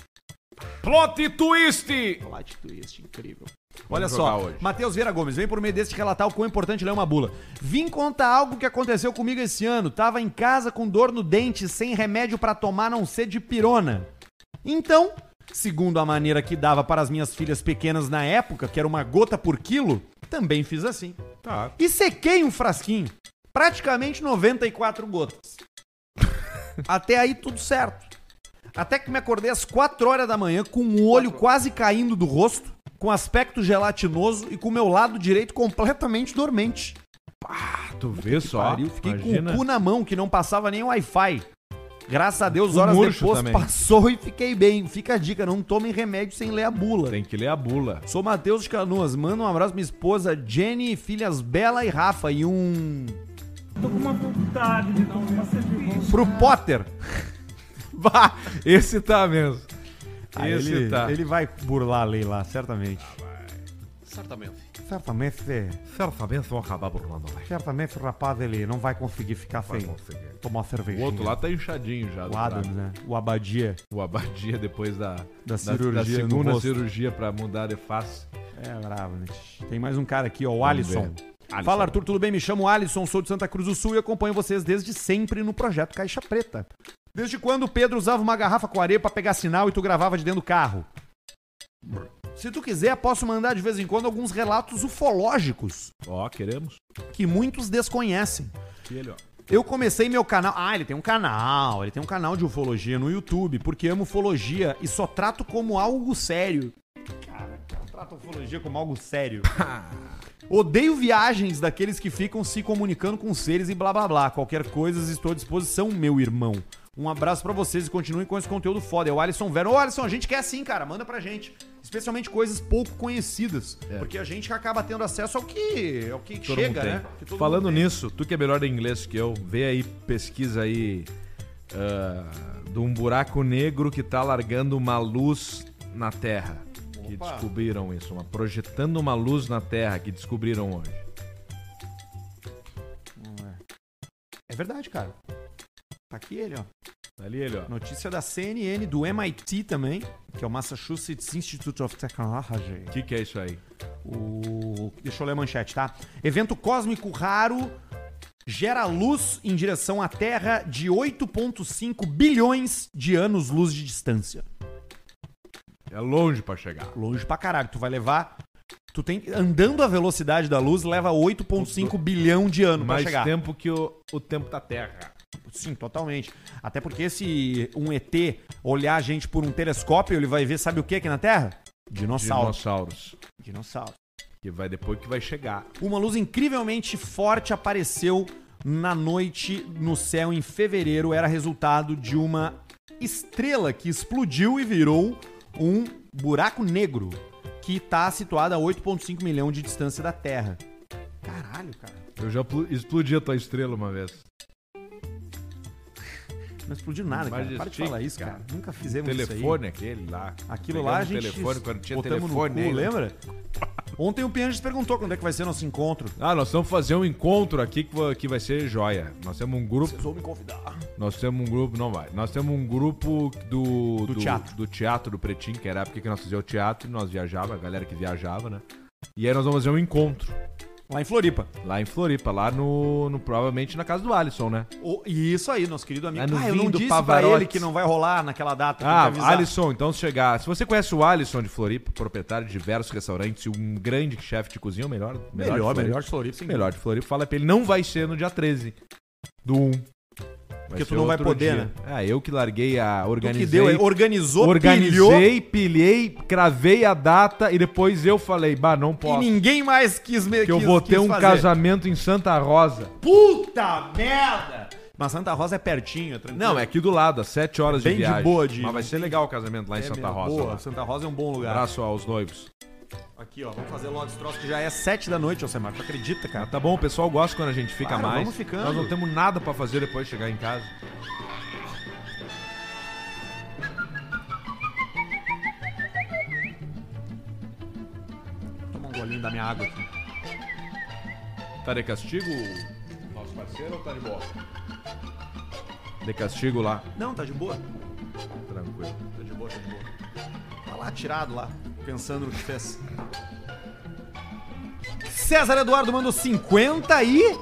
Speaker 1: Plot twist!
Speaker 2: Plot twist incrível. Olha
Speaker 1: jogar
Speaker 2: só,
Speaker 1: hoje.
Speaker 2: Matheus Vieira Gomes, vem por meio deste relatar o quão importante ler uma bula. Vim contar algo que aconteceu comigo esse ano. Tava em casa com dor no dente, sem remédio pra tomar, a não ser de pirona. Então, segundo a maneira que dava para as minhas filhas pequenas na época, que era uma gota por quilo, também fiz assim.
Speaker 1: Tá.
Speaker 2: E sequei um frasquinho. Praticamente 94 gotas. Até aí tudo certo. Até que me acordei às 4 horas da manhã com o olho quase caindo do rosto, com aspecto gelatinoso e com o meu lado direito completamente dormente.
Speaker 1: tá, Tu vê só.
Speaker 2: Pariu, fiquei
Speaker 1: imagina.
Speaker 2: com o cu na mão que não passava nem o Wi-Fi. Graças a Deus,
Speaker 1: Cu
Speaker 2: horas
Speaker 1: murcho
Speaker 2: depois
Speaker 1: também.
Speaker 2: passou e fiquei bem. Fica a dica, não tomem remédio sem ler a bula.
Speaker 1: Tem que ler a bula.
Speaker 2: Sou Matheus de Canoas, manda um abraço pra minha esposa Jenny, filhas Bela e Rafa e um
Speaker 6: Tô com uma vontade de tomar uma cerveja.
Speaker 2: pro Potter.
Speaker 1: Bah, esse tá mesmo.
Speaker 2: Ah,
Speaker 1: esse
Speaker 2: ele,
Speaker 1: tá.
Speaker 2: ele vai burlar a lei lá, certamente.
Speaker 4: Certamente.
Speaker 2: Certamente, é,
Speaker 7: Certamente vão acabar burlando nós.
Speaker 2: certamente o rapaz ele não vai conseguir ficar
Speaker 7: Vai
Speaker 2: sem
Speaker 7: conseguir.
Speaker 2: tomar uma cerveja.
Speaker 1: O outro lá tá inchadinho já. do
Speaker 2: O Adams,
Speaker 1: braço.
Speaker 2: né? O Abadia.
Speaker 1: O Abadia depois da,
Speaker 2: Da cirurgia
Speaker 1: da
Speaker 2: no
Speaker 1: segunda
Speaker 2: rosto.
Speaker 1: cirurgia pra mudar de face.
Speaker 2: É bravo, né? Tem mais um cara aqui, ó, o Alisson.
Speaker 1: ver. Alisson.
Speaker 2: Fala, Arthur, tudo bem? Me chamo Alisson, sou de Santa Cruz do Sul e acompanho vocês desde sempre no projeto Caixa Preta. Desde quando o Pedro usava uma garrafa com areia pra pegar sinal e tu gravava de dentro do carro? Se tu quiser, posso mandar de vez em quando alguns relatos ufológicos
Speaker 1: Ó, queremos.
Speaker 2: que muitos desconhecem.
Speaker 1: Aqui ele, ó.
Speaker 2: Eu comecei meu canal. Ah, ele tem um canal. Ele tem um canal de ufologia no YouTube, porque amo ufologia e só trato como algo sério. Cara, trata ufologia como algo sério.
Speaker 1: Ah.
Speaker 2: Odeio viagens daqueles que ficam se comunicando com seres e blá blá blá. Qualquer coisa, estou à disposição, meu irmão. Um abraço pra vocês e continuem com esse conteúdo foda. É o Alisson Vero. Ô, Alisson, a gente quer sim, cara. Manda pra gente. Especialmente coisas pouco conhecidas. Porque a gente acaba tendo acesso ao que, ao que
Speaker 1: É. Todo
Speaker 2: chega,
Speaker 1: mundo tem.
Speaker 2: né? Que todo
Speaker 1: Falando
Speaker 2: mundo tem.
Speaker 1: nisso, tu que é melhor em inglês que eu, vê aí, pesquisa aí ah, de um buraco negro que tá largando uma luz na Terra. Que descobriram isso, uma, projetando uma luz na Terra que descobriram hoje.
Speaker 2: É verdade, cara. Tá aqui ele, ó.
Speaker 1: Tá ali ele, ó.
Speaker 2: Notícia da CNN, do MIT também, que é o Massachusetts Institute of Technology.
Speaker 1: O que, que é isso aí?
Speaker 2: O... Deixa eu ler a manchete, tá? Evento cósmico raro gera luz em direção à Terra de 8,5 bilhões de anos-luz de distância.
Speaker 1: É longe pra chegar.
Speaker 2: Longe pra caralho. Tu vai levar. Tu tem. Andando a velocidade da luz, leva 8,5 bilhão de anos pra
Speaker 1: Mais
Speaker 2: chegar.
Speaker 1: tempo que o, o tempo da Terra.
Speaker 2: Sim, totalmente. Até porque se um ET olhar a gente por um telescópio, ele vai ver, sabe o que aqui na Terra? Dinossauro.
Speaker 1: Dinossauros.
Speaker 2: Dinossauro.
Speaker 1: Que vai depois que vai chegar.
Speaker 2: Uma luz incrivelmente forte apareceu na noite no céu em fevereiro. Era resultado de uma estrela que explodiu e virou um buraco negro que está situado a 8,5 milhão de distância da Terra. Caralho, cara.
Speaker 1: Eu já plu- explodi a tua estrela uma vez.
Speaker 2: Não explodiu nada,
Speaker 1: Mas
Speaker 2: cara. Para de
Speaker 1: estica,
Speaker 2: falar isso, cara.
Speaker 1: cara. Um
Speaker 2: Nunca fizemos isso aí.
Speaker 1: telefone aquele lá.
Speaker 2: Aquilo
Speaker 1: Pegamos
Speaker 2: lá a
Speaker 1: o
Speaker 2: gente
Speaker 1: telefone, quando tinha
Speaker 2: botamos
Speaker 1: telefone, né?
Speaker 2: no cu,
Speaker 1: ainda.
Speaker 2: lembra? Ontem o Pianges perguntou quando é que vai ser nosso encontro.
Speaker 1: Ah, nós vamos fazer um encontro aqui que va- que vai ser joia. Nós temos um grupo.
Speaker 2: Precisou me convidar.
Speaker 1: Nós temos um grupo. Não vai. Nós temos um grupo do.
Speaker 2: Do teatro.
Speaker 1: Do teatro do Pretinho, que era a época que nós fazíamos o teatro e nós viajava, a galera que viajava, né? E aí nós vamos fazer um encontro
Speaker 2: Lá em Floripa.
Speaker 1: lá em Floripa, lá no. no- provavelmente na casa do Alisson, né?
Speaker 2: O- e isso aí, nosso querido amigo.
Speaker 1: Lá É no
Speaker 2: ah, eu
Speaker 1: vinho
Speaker 2: não
Speaker 1: do
Speaker 2: disse
Speaker 1: Pavarotti.
Speaker 2: pra ele que não vai rolar naquela data.
Speaker 1: Ah,
Speaker 2: tem que avisar.
Speaker 1: Alisson, então se chegar. Se você conhece o Alisson de Floripa, proprietário de diversos restaurantes, e um grande chefe de cozinha, o melhor.
Speaker 2: Melhor,
Speaker 1: de
Speaker 2: melhor,
Speaker 1: Floripa.
Speaker 2: de Floripa, sem
Speaker 1: Melhor de Floripa, fala pra ele, não vai ser no dia 13 do 1.
Speaker 2: Porque tu não vai poder, né?
Speaker 1: Ah, eu que larguei a.
Speaker 2: dúvida. O
Speaker 1: Organizei.
Speaker 2: que deu, ele organizou, pilhou,
Speaker 1: organizei, pilhei, cravei a data e depois eu falei, bah, não
Speaker 2: e
Speaker 1: posso.
Speaker 2: ninguém mais quis me
Speaker 1: Que eu
Speaker 2: quis-
Speaker 1: vou ter
Speaker 2: quis
Speaker 1: um
Speaker 2: fazer.
Speaker 1: casamento em Santa Rosa.
Speaker 2: Puta merda! Mas Santa Rosa é pertinho, é tranquilo.
Speaker 1: Não, é aqui do lado, às 7 horas
Speaker 2: Bem
Speaker 1: de
Speaker 2: de
Speaker 1: viagem.
Speaker 2: boa de-
Speaker 1: Mas vai ser legal o casamento lá em
Speaker 2: É
Speaker 1: Santa
Speaker 2: mesmo.
Speaker 1: Rosa.
Speaker 2: Boa,
Speaker 1: lá.
Speaker 2: Santa Rosa é um bom lugar.
Speaker 1: Abraço aos noivos.
Speaker 2: Aqui, ó, vamos fazer logo esse troço que já é sete da noite, Alcemar. Tu acredita, cara?
Speaker 1: Mas tá bom, o pessoal gosta quando a gente fica
Speaker 2: Claro,
Speaker 1: mais.
Speaker 2: vamos ficando.
Speaker 1: Nós não temos nada pra fazer depois de chegar em casa.
Speaker 2: Tomar um golinho da minha água aqui.
Speaker 1: Tá de castigo, o nosso parceiro, ou tá de boa? De castigo lá.
Speaker 2: Não, tá de boa.
Speaker 1: Tranquilo.
Speaker 2: Tá de boa, tá de boa. Tá lá tirado lá, pensando no que fez. César Eduardo mandou 50 e.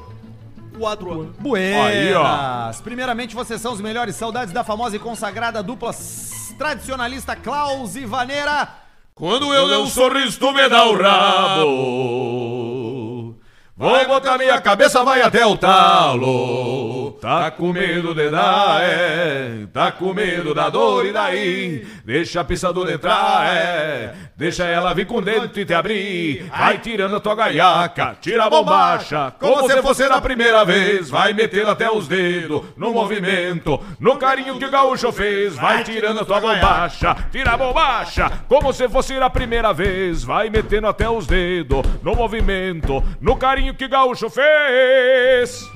Speaker 4: Quatro.
Speaker 1: Aí,
Speaker 2: Buenas! Primeiramente, vocês são os melhores saudades da famosa e consagrada dupla s- tradicionalista Klaus e Vaneira.
Speaker 5: Quando eu dei um sorriso, tu me dá o rabo. Vai botar minha cabeça, vai até o talo. Tá com medo de dar, é. Tá com medo da dor, e daí? Deixa a pisadora entrar, é. Deixa ela vir com o dente e te abrir. Vai tirando a tua gaiaca, tira a bombacha. Como se fosse na primeira vez, vai meter até os dedos no movimento, no carinho que o gaúcho fez. Vai tirando a tua bombacha, tira a bombacha. Como se fosse na primeira vez, vai metendo até os dedos no movimento, no carinho que o gaúcho fez.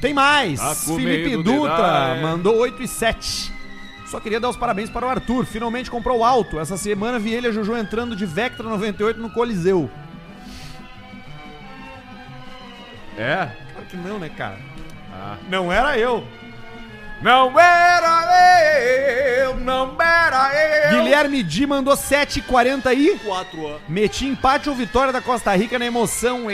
Speaker 2: Tem mais!
Speaker 5: Tá com
Speaker 2: Felipe
Speaker 5: medo de
Speaker 2: Dutra
Speaker 5: dar, é.
Speaker 2: mandou 8 e 7. Só queria dar os parabéns para o Arthur, finalmente comprou o alto. Essa semana vi ele e a Juju entrando de Vectra 98 no Coliseu.
Speaker 5: É?
Speaker 2: Claro que não, né, cara? Não era eu.
Speaker 5: Não era eu, não era
Speaker 1: É um
Speaker 5: eu.
Speaker 2: Guilherme Di mandou 7,40 e...
Speaker 4: 4 anos.
Speaker 2: Meti empate ou vitória da Costa Rica na emoção.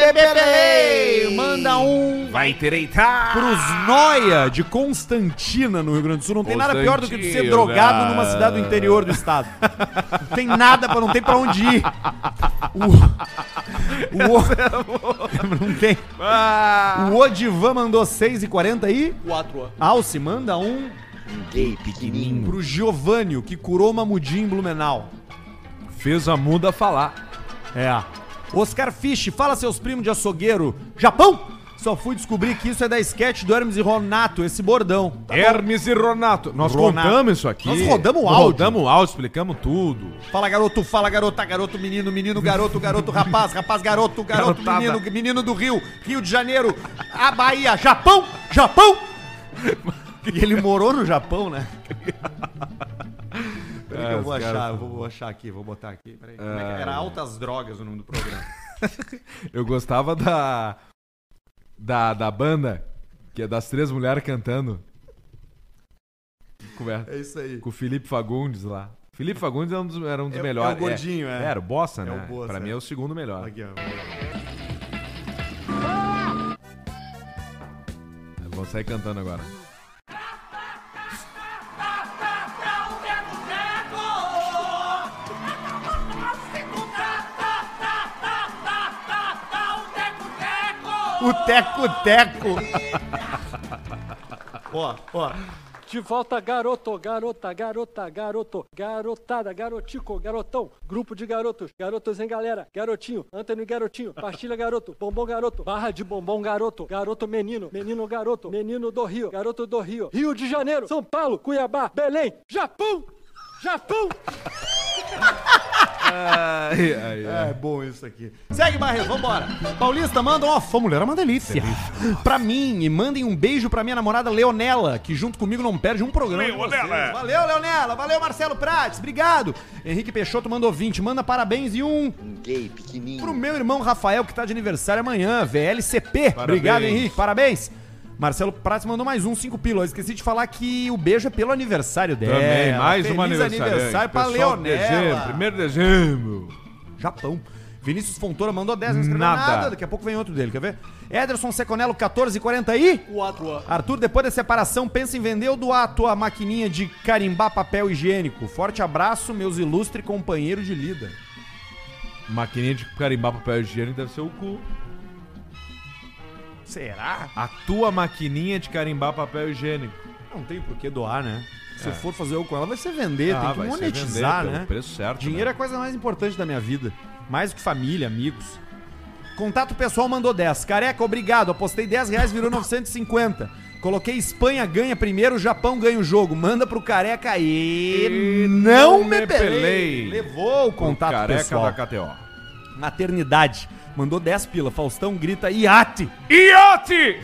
Speaker 2: E... Manda um
Speaker 5: Vai direitar.
Speaker 2: pros Noia de Constantina, no Rio Grande do Sul. Não tem nada pior do que tu ser drogado numa cidade do interior do estado. Não tem nada, pra, não tem pra onde ir. O, o, não tem.
Speaker 5: Ah.
Speaker 2: O Odivan mandou 6,40 e...
Speaker 4: 4 anos.
Speaker 2: Alce, manda um
Speaker 3: Gay pequenininho.
Speaker 2: pro Giovânio, que curou uma mudinha em Blumenau.
Speaker 1: Fez a muda falar.
Speaker 2: É. Oscar Fisch, fala seus primos de açougueiro. Japão! Só fui descobrir que isso é da sketch do Hermes e Ronato, esse bordão.
Speaker 1: É Hermes e Ronato. Nós
Speaker 2: Tá Ronato.
Speaker 1: contamos isso aqui.
Speaker 2: Nós rodamos o
Speaker 1: Nós
Speaker 2: áudio.
Speaker 1: Rodamos o áudio, explicamos tudo.
Speaker 2: Fala garoto, fala garota, garoto, menino, menino, garoto, garoto, rapaz, rapaz, garoto, garoto,
Speaker 1: Garotada.
Speaker 2: menino, menino do Rio, Rio de Janeiro, a Bahia, Japão, Japão! E ele morou no Japão, né? Peraí que eu vou achar, eu vou achar aqui, vou botar aqui. Peraí. Como é que era Altas Drogas o nome do programa.
Speaker 1: Eu gostava da, da. da banda, que é das três mulheres cantando. Com,
Speaker 2: É isso aí.
Speaker 1: com o Felipe Fagundes lá. Felipe Fagundes era um dos, era um dos
Speaker 2: É-
Speaker 1: melhores.
Speaker 2: é o gordinho, é.
Speaker 1: Era o Bossa, né?
Speaker 2: o Bossa,
Speaker 1: pra mim é o segundo melhor.
Speaker 2: Aqui, ó.
Speaker 1: Eu vou sair cantando agora.
Speaker 2: O teco-teco. ó, ó.
Speaker 8: De volta, garoto, garota, garota, garoto, garotada, garotico, garotão, grupo de garotos, garotos em galera, garotinho, Antônio garotinho, pastilha garoto, bombom garoto, barra de bombom garoto, garoto menino, menino garoto, menino do Rio, garoto do Rio, Rio de Janeiro, São Paulo, Cuiabá, Belém, Japão, Japão.
Speaker 1: Ai, ai, ai.
Speaker 2: É bom isso aqui. Segue, Barreto, vambora. Paulista, manda ó, fã, mulher é uma delícia. pra mim, e mandem um beijo pra minha namorada Leonela, que junto comigo não perde um programa. com vocês. Valeu, Leonela. Valeu, Marcelo Prates. Obrigado. Henrique Peixoto mandou 20. Manda parabéns e um
Speaker 3: Gay pequenininho.
Speaker 2: pro meu irmão Rafael, que tá de aniversário amanhã, VLCP.
Speaker 1: Parabéns.
Speaker 2: Obrigado, Henrique. Parabéns. Marcelo Prates mandou mais um, cinco pila. Eu esqueci de falar que o beijo é pelo aniversário dela.
Speaker 1: Também, mais
Speaker 2: é, Feliz
Speaker 1: uma aniversário. É
Speaker 2: aniversário pra ah.
Speaker 1: Dezembro,
Speaker 2: Leonela.
Speaker 1: primeiro de dezembro.
Speaker 2: Japão. Vinícius Fontoura mandou 10, não escreveu
Speaker 1: Nada.
Speaker 2: nada. Daqui a pouco vem outro dele, quer ver? Ederson Seconello, 14,40 e...
Speaker 4: 4
Speaker 1: Ah.
Speaker 4: anos.
Speaker 2: Arthur, depois da separação, pensa em vender ou doar a tua maquininha de carimbar papel higiênico? Forte abraço, meus ilustres companheiros de lida.
Speaker 1: Maquininha de carimbar papel higiênico deve ser o cu.
Speaker 2: Será?
Speaker 1: A tua maquininha de carimbar papel higiênico.
Speaker 2: Ah, Não tem por que doar, né? Se eu for fazer algo com ela, vai ser vender,
Speaker 1: Ah,
Speaker 2: tem que
Speaker 1: vai ser
Speaker 2: monetizar,
Speaker 1: vender pelo
Speaker 2: né?
Speaker 1: preço certo,
Speaker 2: Dinheiro é a coisa mais importante da minha vida. Mais do que família, amigos. Contato pessoal mandou 10. Careca, obrigado. Apostei 10 reais, virou 950. Coloquei Espanha ganha primeiro, Japão ganha o jogo. Manda pro careca e. Não me pelei. Levou o é contato
Speaker 1: careca
Speaker 2: pessoal.
Speaker 1: da KTO.
Speaker 2: Maternidade. Mandou 10 pila. Faustão grita iate.
Speaker 5: Iote!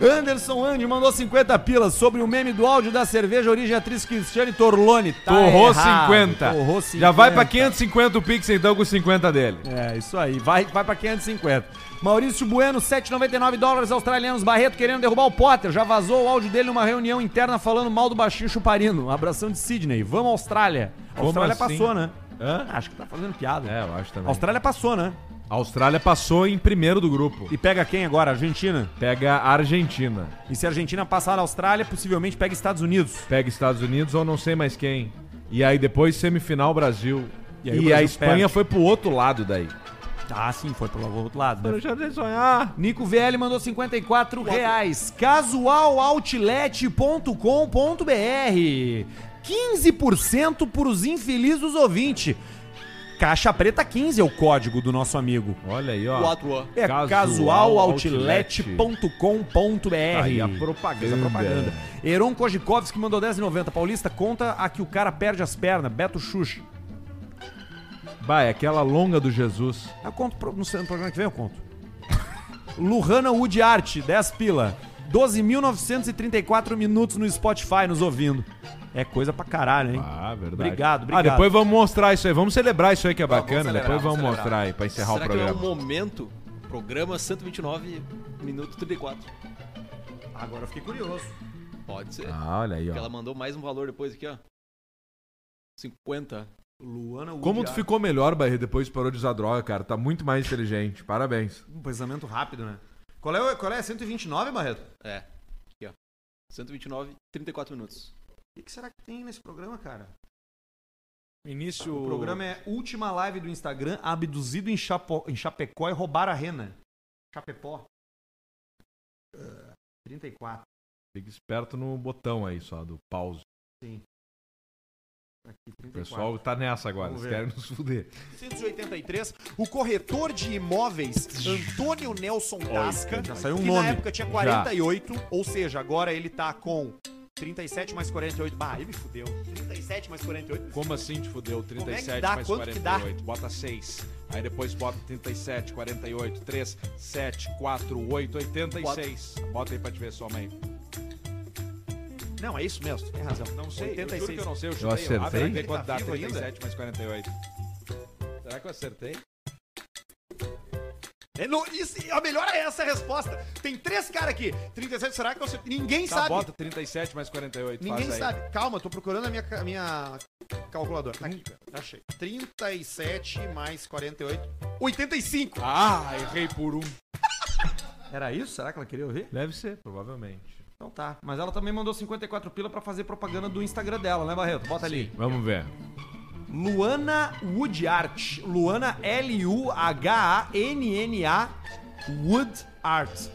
Speaker 2: Anderson Andy mandou 50 pilas sobre o meme do áudio da cerveja origem atriz Cristiane Torlone. Tá
Speaker 1: Torrou
Speaker 2: errado,
Speaker 1: 50.
Speaker 2: Torrou 50.
Speaker 1: Já vai pra 550 o Pix, então, com 50 dele.
Speaker 2: É, isso aí. Vai, vai pra 550. Maurício Bueno, 7,99 dólares australianos. Barreto querendo derrubar o Potter. Já vazou o áudio dele numa reunião interna falando mal do baixinho chuparino. Um Abração de Sydney. Vamos, Austrália. A
Speaker 1: Como
Speaker 2: Austrália
Speaker 1: assim?
Speaker 2: passou, né?
Speaker 1: Hã?
Speaker 2: Acho que tá fazendo piada.
Speaker 1: É, eu acho
Speaker 2: A
Speaker 1: também.
Speaker 2: Austrália passou, né?
Speaker 1: A Austrália passou em primeiro do grupo.
Speaker 2: E pega quem agora? Argentina.
Speaker 1: Pega a Argentina.
Speaker 2: E se a Argentina passar na Austrália, possivelmente pega Estados Unidos.
Speaker 1: Pega Estados Unidos ou não sei mais quem. E aí depois semifinal Brasil.
Speaker 2: E
Speaker 1: E,
Speaker 2: aí o Brasil
Speaker 1: a Espanha
Speaker 2: perde.
Speaker 1: foi pro outro lado daí.
Speaker 2: Ah, sim, foi pelo outro lado. né?
Speaker 1: já de sonhar.
Speaker 2: Nico VL mandou 54 reais. Casualoutlet.com.br 15% para os infelizes ouvintes. Caixa Preta 15 é o código do nosso amigo.
Speaker 1: Olha aí, ó.
Speaker 4: 4 anos.
Speaker 2: É
Speaker 1: Tá aí a
Speaker 2: casualoutlet.com.br Fez
Speaker 1: propaganda.
Speaker 2: a propaganda. Heron Kojikovski mandou 10,90. Paulista, conta a que o cara perde as pernas. Beto Xuxa.
Speaker 1: Bah, é aquela longa do Jesus.
Speaker 2: Eu conto pro- no, no programa que vem, eu conto. Luhana Wood Art, 10 pila. 12.934 minutos no Spotify nos ouvindo. É coisa pra caralho, hein?
Speaker 1: Ah, verdade.
Speaker 2: Obrigado,
Speaker 1: Ah,
Speaker 2: obrigado.
Speaker 1: depois vamos mostrar isso aí. Vamos celebrar isso aí que é
Speaker 4: Vamos
Speaker 1: bacana.
Speaker 4: celebrar,
Speaker 1: depois vamos
Speaker 4: vamos celebrar.
Speaker 1: mostrar aí pra encerrar o
Speaker 4: Será
Speaker 1: programa.
Speaker 4: que não é o momento? Programa 129, minuto 34.
Speaker 2: Agora eu fiquei curioso.
Speaker 4: Pode ser.
Speaker 1: Ah, olha aí,
Speaker 4: Porque ela
Speaker 1: ó.
Speaker 4: mandou mais um valor depois aqui, ó. 50.
Speaker 2: Luana
Speaker 1: Como tu ficou melhor, Barre, depois que parou de usar droga, cara. Tá muito mais inteligente. Parabéns.
Speaker 2: Um pensamento rápido, né? Qual é, o- qual é? 129, Barreto? O
Speaker 4: É. Aqui, ó. 129, 34 minutos.
Speaker 2: que, que será que tem nesse programa, cara?
Speaker 1: Início.
Speaker 2: O programa é Última Live do Instagram, abduzido em, Chapo... em Chapecó e roubar a rena. Chapecó. Ah, 34.
Speaker 1: Fica esperto no botão aí só do pause.
Speaker 2: Aqui,
Speaker 1: O
Speaker 2: 34.
Speaker 1: pessoal tá nessa agora.
Speaker 2: Vamos
Speaker 1: Eles
Speaker 2: ver.
Speaker 1: querem nos fuder.
Speaker 9: 1983, o corretor de imóveis Antônio Nelson Tasca,
Speaker 2: já saiu um
Speaker 9: que
Speaker 2: nome.
Speaker 9: na época tinha 48, ou seja, agora ele tá com 37 mais 48. Bah, ele me fudeu. 37 mais 48.
Speaker 1: Como assim te fudeu? 37
Speaker 9: Como é que dá?
Speaker 1: mais
Speaker 9: Quanto que dá?
Speaker 1: 48, bota 6. Aí depois bota 37, 48, 3, 7, 4, 8, 86. Bota aí pra te ver sua mãe.
Speaker 9: Não, é isso mesmo, tem razão.
Speaker 7: Não sei, eu juro
Speaker 9: 86.
Speaker 7: que eu não sei. Eu,
Speaker 1: Eu
Speaker 7: chutei, eu
Speaker 1: acertei?
Speaker 7: ver quanto dá
Speaker 9: Tá vivo ainda?
Speaker 7: 37 mais 48. Será que eu acertei? Tá,
Speaker 9: É, não, isso, a melhor é essa a resposta. Tem três caras aqui. 37, será que eu sei? Ninguém
Speaker 7: Tá,
Speaker 9: sabe.
Speaker 7: bota 37 mais 48.
Speaker 9: Ninguém
Speaker 7: faz aí.
Speaker 9: sabe. Calma, eu tô procurando a minha, ca- a minha calculadora. Tá aqui, achei. 37 mais 48. 85!
Speaker 7: Ah, errei por um.
Speaker 2: Era isso? Será que ela queria ouvir?
Speaker 1: Deve ser, provavelmente.
Speaker 2: Então tá. Mas ela também mandou 54 pila pra fazer propaganda do Instagram dela, né, Barreto? Bota ali.
Speaker 1: Vamos ver.
Speaker 2: Luana Woodart. Luana L-U-H-A-N-N-A Wood Art.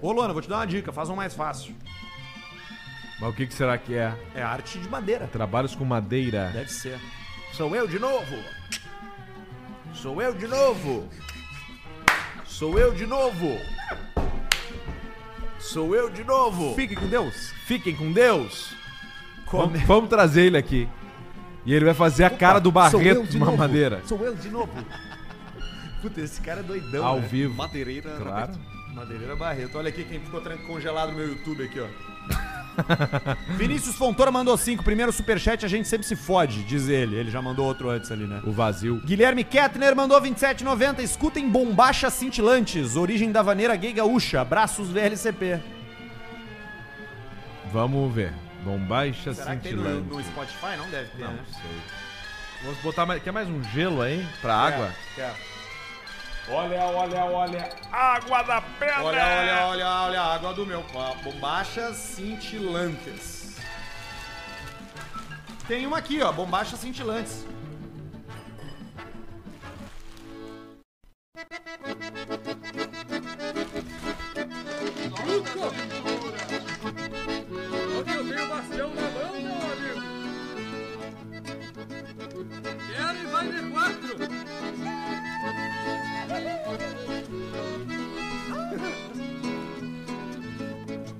Speaker 2: Ô, Luana, vou te dar uma dica. Faz um mais fácil.
Speaker 1: Mas o que, que será que é?
Speaker 2: É arte de madeira.
Speaker 1: Trabalhos com madeira.
Speaker 2: Deve ser.
Speaker 5: Sou eu de novo. Sou eu de novo. Sou eu de novo. Sou eu de novo.
Speaker 2: Fique com Deus.
Speaker 1: Fiquem com Deus.
Speaker 2: Come-
Speaker 1: Vamos, vamos trazer ele aqui. E ele vai fazer a cara do Barreto de uma madeira.
Speaker 2: Sou eu de novo. Puta, esse cara é doidão.
Speaker 1: Ao
Speaker 2: né?
Speaker 1: vivo.
Speaker 4: Madeireira.
Speaker 1: Claro.
Speaker 2: Madeireira Barreto. Olha aqui quem ficou tran- congelado no meu YouTube aqui, ó. Vinícius Fontoura mandou 5. Primeiro superchat, a gente sempre se fode, diz ele. Ele já mandou outro antes ali, né?
Speaker 1: O vazio.
Speaker 2: Guilherme Kettner mandou 27,90. Escutem Bombacha Cintilantes, origem da vaneira gay gaúcha. Abraços VLCP.
Speaker 1: Vamos ver. Bombaixa
Speaker 2: Será que tem no,
Speaker 1: cintilante.
Speaker 2: no Spotify? Não deve ter, né?
Speaker 1: Vamos botar mais. Quer mais um gelo aí?
Speaker 7: É.
Speaker 1: Pra água?
Speaker 5: Olha, olha, olha. Água da pedra.
Speaker 9: Olha, olha, olha, olha a água do meu papo. Bombachas cintilantes. Tem uma aqui, ó. Bombachas cintilantes.
Speaker 6: Eu tenho bastião na mão, meu amigo. Quero e vai de quatro.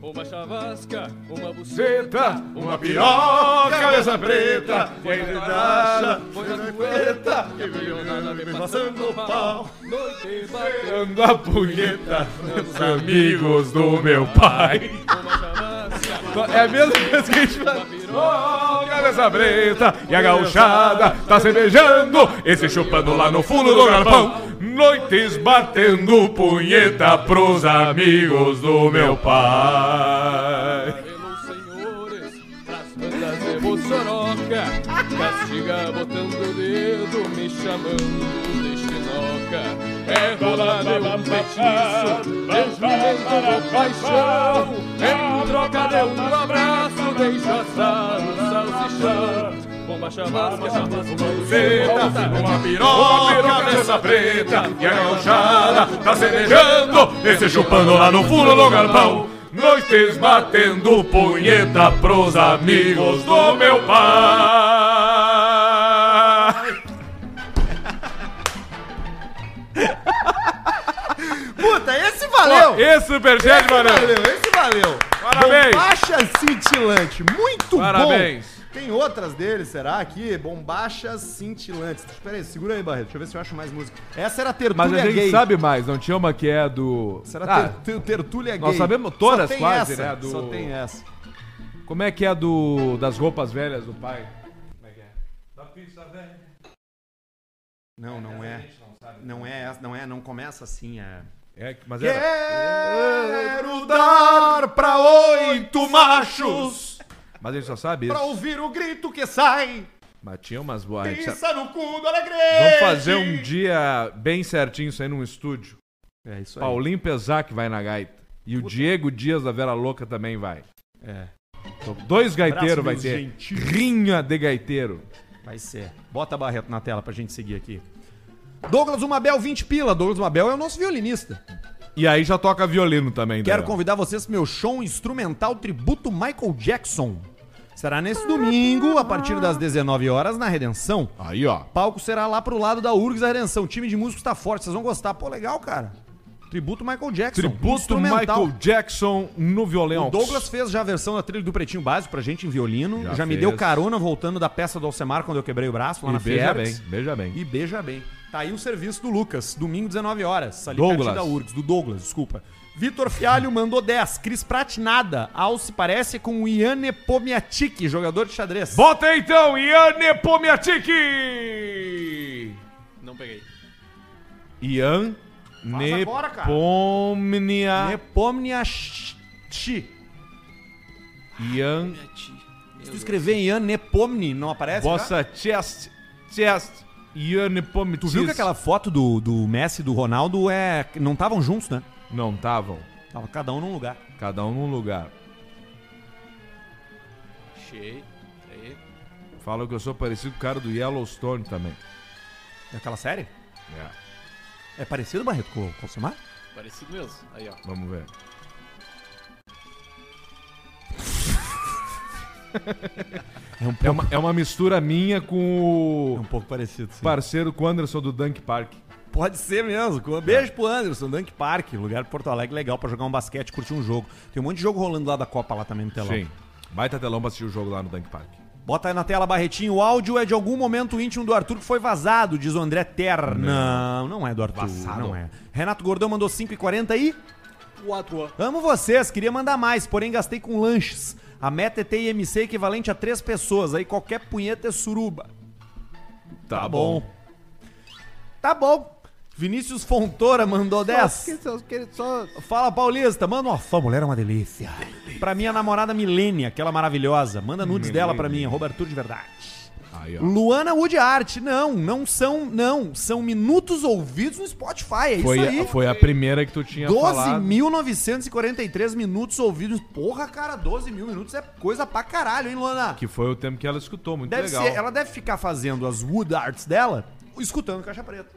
Speaker 6: Uma chavasca, uma buceta,
Speaker 5: Uma piroca, cabeça preta. Foi de taxa,
Speaker 6: foi na cueta,
Speaker 5: que veio
Speaker 6: nada me
Speaker 5: passando pau.
Speaker 6: noite bateu.
Speaker 5: Dando a punheta nos amigos do meu pai.
Speaker 6: Uma chavasca,
Speaker 5: É a mesma coisa que a gente faz.
Speaker 6: uma piroca,
Speaker 5: Oh, cabeça preta e a gauchada tá se beijando e se chupando lá no fundo do galpão. Noites batendo punheta pros amigos do meu pai.
Speaker 6: pelos senhores, pras bandas de Mossoroca. Castiga botando o dedo, me chamando de chinoca. É rola de um feitiço, de jumento de paixão. Em troca de um abraço, deixo assar o salsichão. Bomba chavasca, chavasca,
Speaker 5: Zeta, Tá, uma piroca, cabeça preta e a gauchada tá se beijando e se chupando lá no fundo do galpão. Noites batendo punheta pros amigos do meu pai.
Speaker 2: Puta, esse valeu!
Speaker 5: Esse superchat, mano.
Speaker 2: Valeu, esse valeu.
Speaker 5: Parabéns.
Speaker 2: Bombacha cintilante. Muito bom.
Speaker 5: Parabéns.
Speaker 2: Tem outras dele, será? Aqui, bombachas cintilantes. Espera aí, segura aí, Barreto. Deixa eu ver se eu acho mais música. Essa era a tertúlia
Speaker 1: Mas a gente
Speaker 2: gay.
Speaker 1: sabe mais, não tinha uma que é do.
Speaker 2: Essa era
Speaker 1: Ah,
Speaker 2: a ter- ter- tertúlia gay.
Speaker 1: nós sabemos todas
Speaker 2: Só tem
Speaker 1: quase,
Speaker 2: essa,
Speaker 1: né, do-
Speaker 2: Só tem essa.
Speaker 1: Como é que é do das roupas velhas do pai? é
Speaker 2: Não, não é. Não é essa, não é, não começa assim, é...
Speaker 1: É, mas era.
Speaker 2: Quero dar pra oito machos
Speaker 1: Mas ele só sabe
Speaker 2: Pra
Speaker 1: isso.
Speaker 2: ouvir o grito que sai
Speaker 1: Mas tinha umas boas. a gente sabe-
Speaker 2: Pisa no cu do alegre
Speaker 1: Vamos fazer um dia bem certinho isso aí num estúdio.
Speaker 2: É isso aí
Speaker 1: Paulinho Pesac vai na gaita. E o Diego Dias da Vera Louca também vai.
Speaker 2: É.
Speaker 1: Então, dois gaiteiros
Speaker 2: Abraço,
Speaker 1: vai
Speaker 2: meus
Speaker 1: ter.
Speaker 2: gentis.
Speaker 1: Rinha de gaiteiro.
Speaker 2: Vai ser. Bota Barreto na tela pra gente seguir aqui. Douglas Umabel, 20 pila. Douglas Umabel é o nosso violinista.
Speaker 1: E aí já toca violino também.
Speaker 2: Quero
Speaker 1: Daniel.
Speaker 2: convidar vocês pro meu show instrumental tributo Michael Jackson. Será nesse domingo, a partir das 19 horas, na Redenção.
Speaker 1: Aí, ó.
Speaker 2: palco será lá pro lado da URGS da Redenção. O time de músicos tá forte, vocês vão gostar. Pô, legal, cara. Tributo Michael Jackson.
Speaker 1: Tributo
Speaker 2: instrumental.
Speaker 1: Michael Jackson no violão.
Speaker 2: O Douglas fez já a versão da trilha do Pretinho Básico pra gente em violino.
Speaker 1: Já
Speaker 2: Já, me
Speaker 1: fez.
Speaker 2: deu carona voltando da peça do Alcemar quando eu quebrei o braço lá
Speaker 1: E
Speaker 2: na
Speaker 1: beija
Speaker 2: Fiergs.
Speaker 1: bem, beija bem.
Speaker 2: E beija bem. Tá aí o serviço do Lucas, domingo 19 horas, ali
Speaker 1: Douglas.
Speaker 2: pertinho da URGS, do Douglas, desculpa. Vitor Fialho mandou 10, Cris Pratinada, Alce parece com o Ian Nepomiatic, jogador de xadrez.
Speaker 1: Bota então, Ian Nepomiatic!
Speaker 4: Não peguei.
Speaker 1: Ian
Speaker 2: agora, cara.
Speaker 1: Nepomnia.
Speaker 2: Nepomniachi.
Speaker 1: Ian
Speaker 2: Se tu escrever Ian Nepomni, não aparece? cara?
Speaker 1: Bossa Chest. Chest. Ian Nepomniatic.
Speaker 2: Tu viu que aquela foto do, do Messi e do Ronaldo é. Não estavam juntos, né?
Speaker 1: Não estavam.
Speaker 2: Tava cada um num lugar.
Speaker 1: Cada um num lugar.
Speaker 4: Achei. Aí.
Speaker 1: Falam que eu sou parecido com o cara do Yellowstone também.
Speaker 2: É aquela série?
Speaker 1: É,
Speaker 2: É parecido, Barreto, com com o Alcimar?
Speaker 4: Parecido mesmo. Aí, ó.
Speaker 1: vamos ver.
Speaker 2: É um
Speaker 1: É
Speaker 2: pouco,
Speaker 1: uma, é uma mistura minha com
Speaker 2: é um
Speaker 1: o
Speaker 2: pouco parecido. sim.
Speaker 1: parceiro com o Anderson do Dunk Park.
Speaker 2: Pode ser mesmo. Com- Beijo pro Anderson, Dunk Park, lugar de Porto Alegre legal pra jogar um basquete, curtir um jogo. Tem um monte de jogo rolando lá da Copa lá também no telão.
Speaker 1: Sim. Baita telão pra assistir o jogo lá no Dunk Park.
Speaker 2: Bota aí na tela, Barretinho. O áudio é de algum momento íntimo do Arthur que foi vazado, diz o André Terra. Não, não é do Arthur. Não é. Renato Gordão mandou 5,40 e.
Speaker 4: Quatro.
Speaker 2: Amo vocês, queria mandar mais, porém gastei com lanches. A meta é ter IMC equivalente a três pessoas, aí qualquer punheta é suruba.
Speaker 1: Tá,
Speaker 2: Tá bom. Vinícius Fontoura mandou 10. Fala, Paulista. Manda uma fã, mulher é uma delícia. Pra minha namorada Milene, aquela maravilhosa. Manda nudes dela pra mim, arroba Arthur de Verdade.
Speaker 1: Aí,
Speaker 2: Hum,
Speaker 1: ó.
Speaker 2: Luana Wood Art, não, não são, não, são minutos ouvidos no Spotify, é isso
Speaker 1: Foi,
Speaker 2: aí.
Speaker 1: foi a primeira que tu tinha falado.
Speaker 2: 12.943 minutos ouvidos. Porra, cara, 12 mil minutos é coisa pra caralho, hein, Luana?
Speaker 1: Que foi o tempo que ela escutou, muito
Speaker 2: Deve
Speaker 1: legal.
Speaker 2: ser, ela deve ficar fazendo as wood arts dela, escutando caixa preta.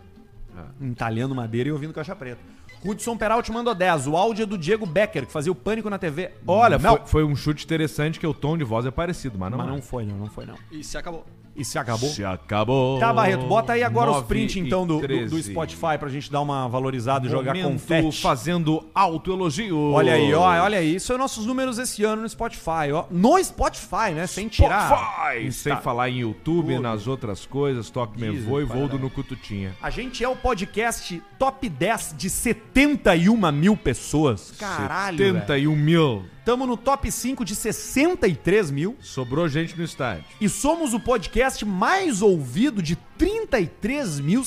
Speaker 1: É.
Speaker 2: Entalhando madeira e ouvindo caixa preta. Hudson Peralta mandou 10. O áudio é do Diego Becker, que fazia o pânico na TV.
Speaker 1: Olha,
Speaker 2: não,
Speaker 1: foi, foi um chute interessante que o tom de voz é parecido, mas não.
Speaker 2: mas
Speaker 1: é.
Speaker 2: não foi, não, não foi, não.
Speaker 4: E se acabou.
Speaker 2: E se acabou?
Speaker 1: Se acabou.
Speaker 2: Tá, Barreto, bota aí agora os
Speaker 1: Nove
Speaker 2: prints, então, do,
Speaker 1: e
Speaker 2: do, do
Speaker 1: treze.
Speaker 2: Spotify pra gente dar uma valorizada e jogar
Speaker 1: Momento
Speaker 2: confete.
Speaker 1: fazendo autoelogio.
Speaker 2: Olha aí, ó, olha aí. Isso é nossos números esse ano no Spotify, ó. No Spotify, né? Sem tirar. tá
Speaker 1: Spotify, sem
Speaker 2: Insta-
Speaker 1: falar em YouTube, nas outras coisas, Toque Me
Speaker 2: Deezer,
Speaker 1: Voe e Voo do
Speaker 2: parada.
Speaker 1: Nucututinha.
Speaker 2: A gente é o podcast top 10 de 71 mil pessoas. Caralho, velho.
Speaker 1: 71 mil.
Speaker 2: Tamo no top 5 de 63 mil.
Speaker 1: Sobrou gente no estádio.
Speaker 2: E somos o podcast mais ouvido de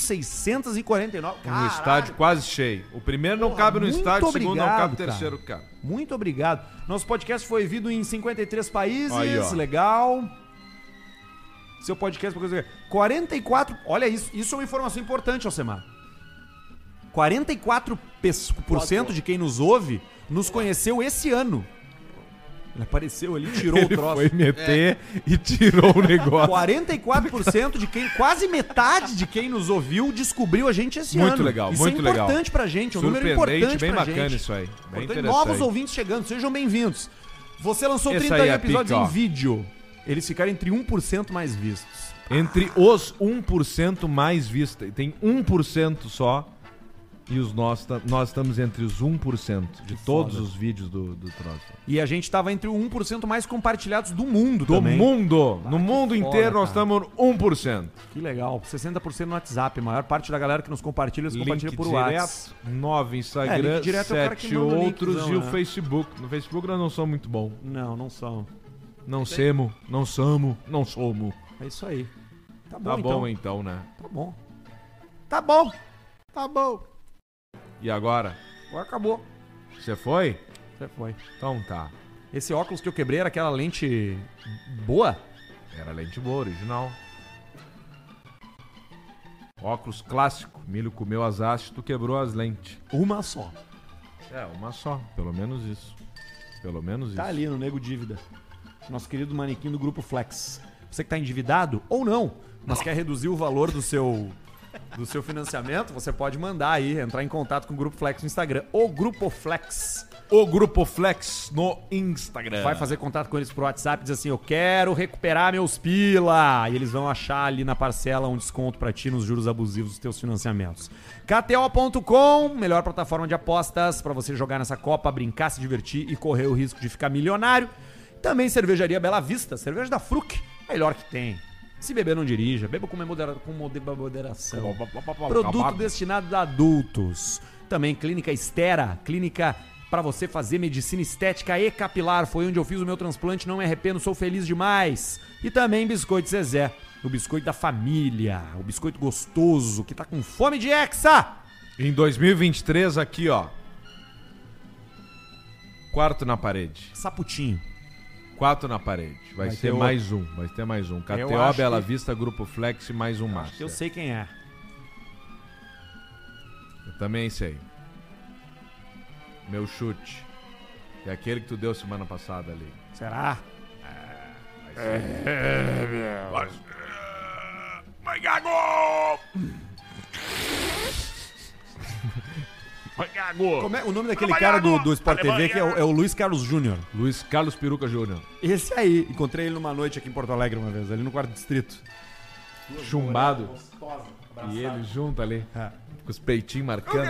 Speaker 2: 33.649.
Speaker 1: Um
Speaker 2: Caralho.
Speaker 1: estádio quase cheio. O primeiro não
Speaker 2: Porra,
Speaker 1: cabe no
Speaker 2: muito
Speaker 1: estádio, o segundo não
Speaker 2: obrigado,
Speaker 1: cabe, o
Speaker 2: cara.
Speaker 1: terceiro cabe.
Speaker 2: Muito obrigado. Nosso podcast foi ouvido em 53 países.
Speaker 1: Aí, ó.
Speaker 2: legal. Seu podcast por coisa. 44. Olha isso, isso é uma informação importante, Alcemar. 44% de quem nos ouve nos conheceu esse ano. Ele apareceu ali, tirou o
Speaker 1: Ele
Speaker 2: troço.
Speaker 1: foi
Speaker 2: é.
Speaker 1: meter e tirou o negócio.
Speaker 2: 44% de quem, quase metade de quem nos ouviu descobriu a gente esse
Speaker 1: Muito
Speaker 2: ano.
Speaker 1: legal,
Speaker 2: isso
Speaker 1: muito
Speaker 2: é
Speaker 1: legal.
Speaker 2: importante pra gente, é um número
Speaker 1: Surpreendente,
Speaker 2: importante
Speaker 1: bem
Speaker 2: pra
Speaker 1: bacana
Speaker 2: gente.
Speaker 1: isso aí. Bem
Speaker 2: Portanto,
Speaker 1: interessante.
Speaker 2: novos ouvintes chegando, sejam bem-vindos. Você lançou
Speaker 1: Esse
Speaker 2: 30
Speaker 1: aí é
Speaker 2: episódios
Speaker 1: pica, ó.
Speaker 2: em vídeo. Eles ficaram entre 1% mais vistos.
Speaker 1: um Entre os 1% mais vista, e tem 1% só E os nós, ta- nós estamos entre os 1% de todos os vídeos do, do troço.
Speaker 2: E a gente tava entre o 1% mais compartilhados do mundo
Speaker 1: Do
Speaker 2: também. Ah,
Speaker 1: mundo! no mundo
Speaker 2: foda,
Speaker 1: inteiro nós
Speaker 2: cara.
Speaker 1: estamos 1%.
Speaker 2: Que legal. 60% no WhatsApp. A maior parte da galera que nos compartilha, nos compartilha
Speaker 1: Link
Speaker 2: é por
Speaker 1: direto,
Speaker 2: WhatsApp.
Speaker 1: 9
Speaker 2: É,
Speaker 1: Instagram,
Speaker 2: link direto é o cara que
Speaker 1: 7
Speaker 2: manda o
Speaker 1: outros
Speaker 2: linkzão,
Speaker 1: e o
Speaker 2: né?
Speaker 1: Facebook. No Facebook nós não somos muito bom.
Speaker 2: Não, não são.
Speaker 1: Não semo, não somos, não somos.
Speaker 2: É isso aí. Tá bom,
Speaker 1: Tá
Speaker 2: então.
Speaker 1: bom então, né?
Speaker 2: Tá bom. Tá bom. Tá bom.
Speaker 1: E agora?
Speaker 2: Agora acabou.
Speaker 1: Você foi?
Speaker 2: Já foi.
Speaker 1: Então tá.
Speaker 2: Esse óculos que eu quebrei era aquela lente boa?
Speaker 1: Era lente boa, original. Óculos clássico. Milho comeu as hastes, tu quebrou as lentes.
Speaker 2: Uma só.
Speaker 1: É, uma só. Pelo menos isso. Pelo menos isso.
Speaker 2: Tá ali no Nego Dívida. Nosso querido manequim do grupo Flex. Você que tá endividado ou não, mas quer reduzir o valor do seu do seu financiamento, você pode mandar aí, entrar em contato com o Grupo Flex no Instagram. O Grupo Flex.
Speaker 1: O Grupo Flex no Instagram.
Speaker 2: Vai fazer contato com eles por WhatsApp, diz assim: Eu quero recuperar meus pila. E eles vão achar ali na parcela um desconto pra ti nos juros abusivos dos teus financiamentos. KTO.com, melhor plataforma de apostas pra você jogar nessa Copa, brincar, se divertir e correr o risco de ficar milionário. Também cervejaria Bela Vista, cerveja da Fruc, melhor que tem. Se beber, não dirija. Beba com, modera- com mode- moderação. Produto destinado a adultos. Também Clínica Estera, clínica para você fazer medicina estética e capilar. Foi onde eu fiz o meu transplante, não me arrependo, sou feliz demais. E também Biscoito Zezé, o biscoito da família, o biscoito gostoso que tá com fome de hexa.
Speaker 1: Em 2023, aqui, ó. Quarto na parede.
Speaker 2: Saputinho.
Speaker 1: Quatro na parede. Vai, ser
Speaker 2: ter outro.
Speaker 1: mais um. Vai ter mais um. KTO,
Speaker 2: acho
Speaker 1: Bela
Speaker 2: que-
Speaker 1: Vista, Grupo Flex e mais um Master.
Speaker 2: Eu sei quem é.
Speaker 1: Eu também sei. Meu chute. É aquele que tu deu semana passada ali.
Speaker 2: Será?
Speaker 5: é
Speaker 2: Como é o nome daquele cara do, do Sport TV que é o, é o Luiz Carlos Júnior?
Speaker 1: Luiz Carlos Peruca Júnior.
Speaker 2: Esse aí. Encontrei ele numa noite aqui em Porto Alegre uma vez, ali no quarto distrito.
Speaker 1: Chumbado. E ele junto ali.
Speaker 2: Tá.
Speaker 1: Com os peitinhos marcando.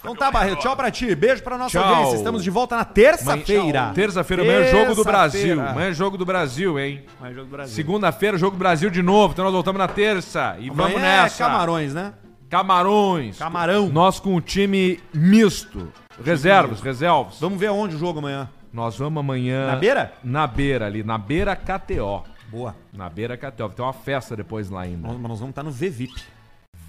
Speaker 2: Então tá, Barreto, tchau pra ti. Beijo pra nossa
Speaker 1: Tchau.
Speaker 2: audiência. Estamos de volta na terça-feira.
Speaker 1: Terça-feira, amanhã é jogo do Brasil.
Speaker 2: Terça-feira.
Speaker 1: Amanhã é jogo do Brasil, hein?
Speaker 2: Amanhã é jogo do Brasil.
Speaker 1: Segunda-feira, jogo do Brasil de novo. Então nós voltamos na terça. E
Speaker 2: Amanhã
Speaker 1: vamos nessa.
Speaker 2: É camarões, né?
Speaker 1: Camarões.
Speaker 2: Camarão.
Speaker 1: Nós com o time misto. Reservas, reservas.
Speaker 2: Vamos ver onde o jogo amanhã.
Speaker 1: Nós vamos amanhã.
Speaker 2: Na beira?
Speaker 1: Na beira ali, na beira KTO.
Speaker 2: Boa.
Speaker 1: Na beira KTO. Tem uma festa depois lá ainda.
Speaker 2: Nós, mas nós vamos estar no VVIP.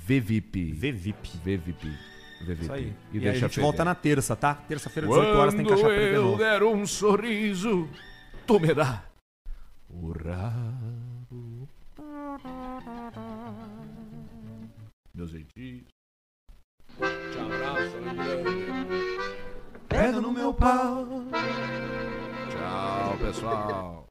Speaker 1: VVIP.
Speaker 2: VVIP.
Speaker 1: VVIP. VVIP.
Speaker 2: Isso aí.
Speaker 1: E,
Speaker 2: E, aí a
Speaker 1: deixa
Speaker 2: gente volta
Speaker 1: ferver.
Speaker 2: na terça, tá? Terça-feira, 18 horas, tem
Speaker 1: Quando
Speaker 2: Caixa Preta de
Speaker 1: eu
Speaker 2: novo.
Speaker 1: der um sorriso, tu me dá o rabo. Meus gentis. Te abraço, Pega no meu pau. Tchau, pessoal.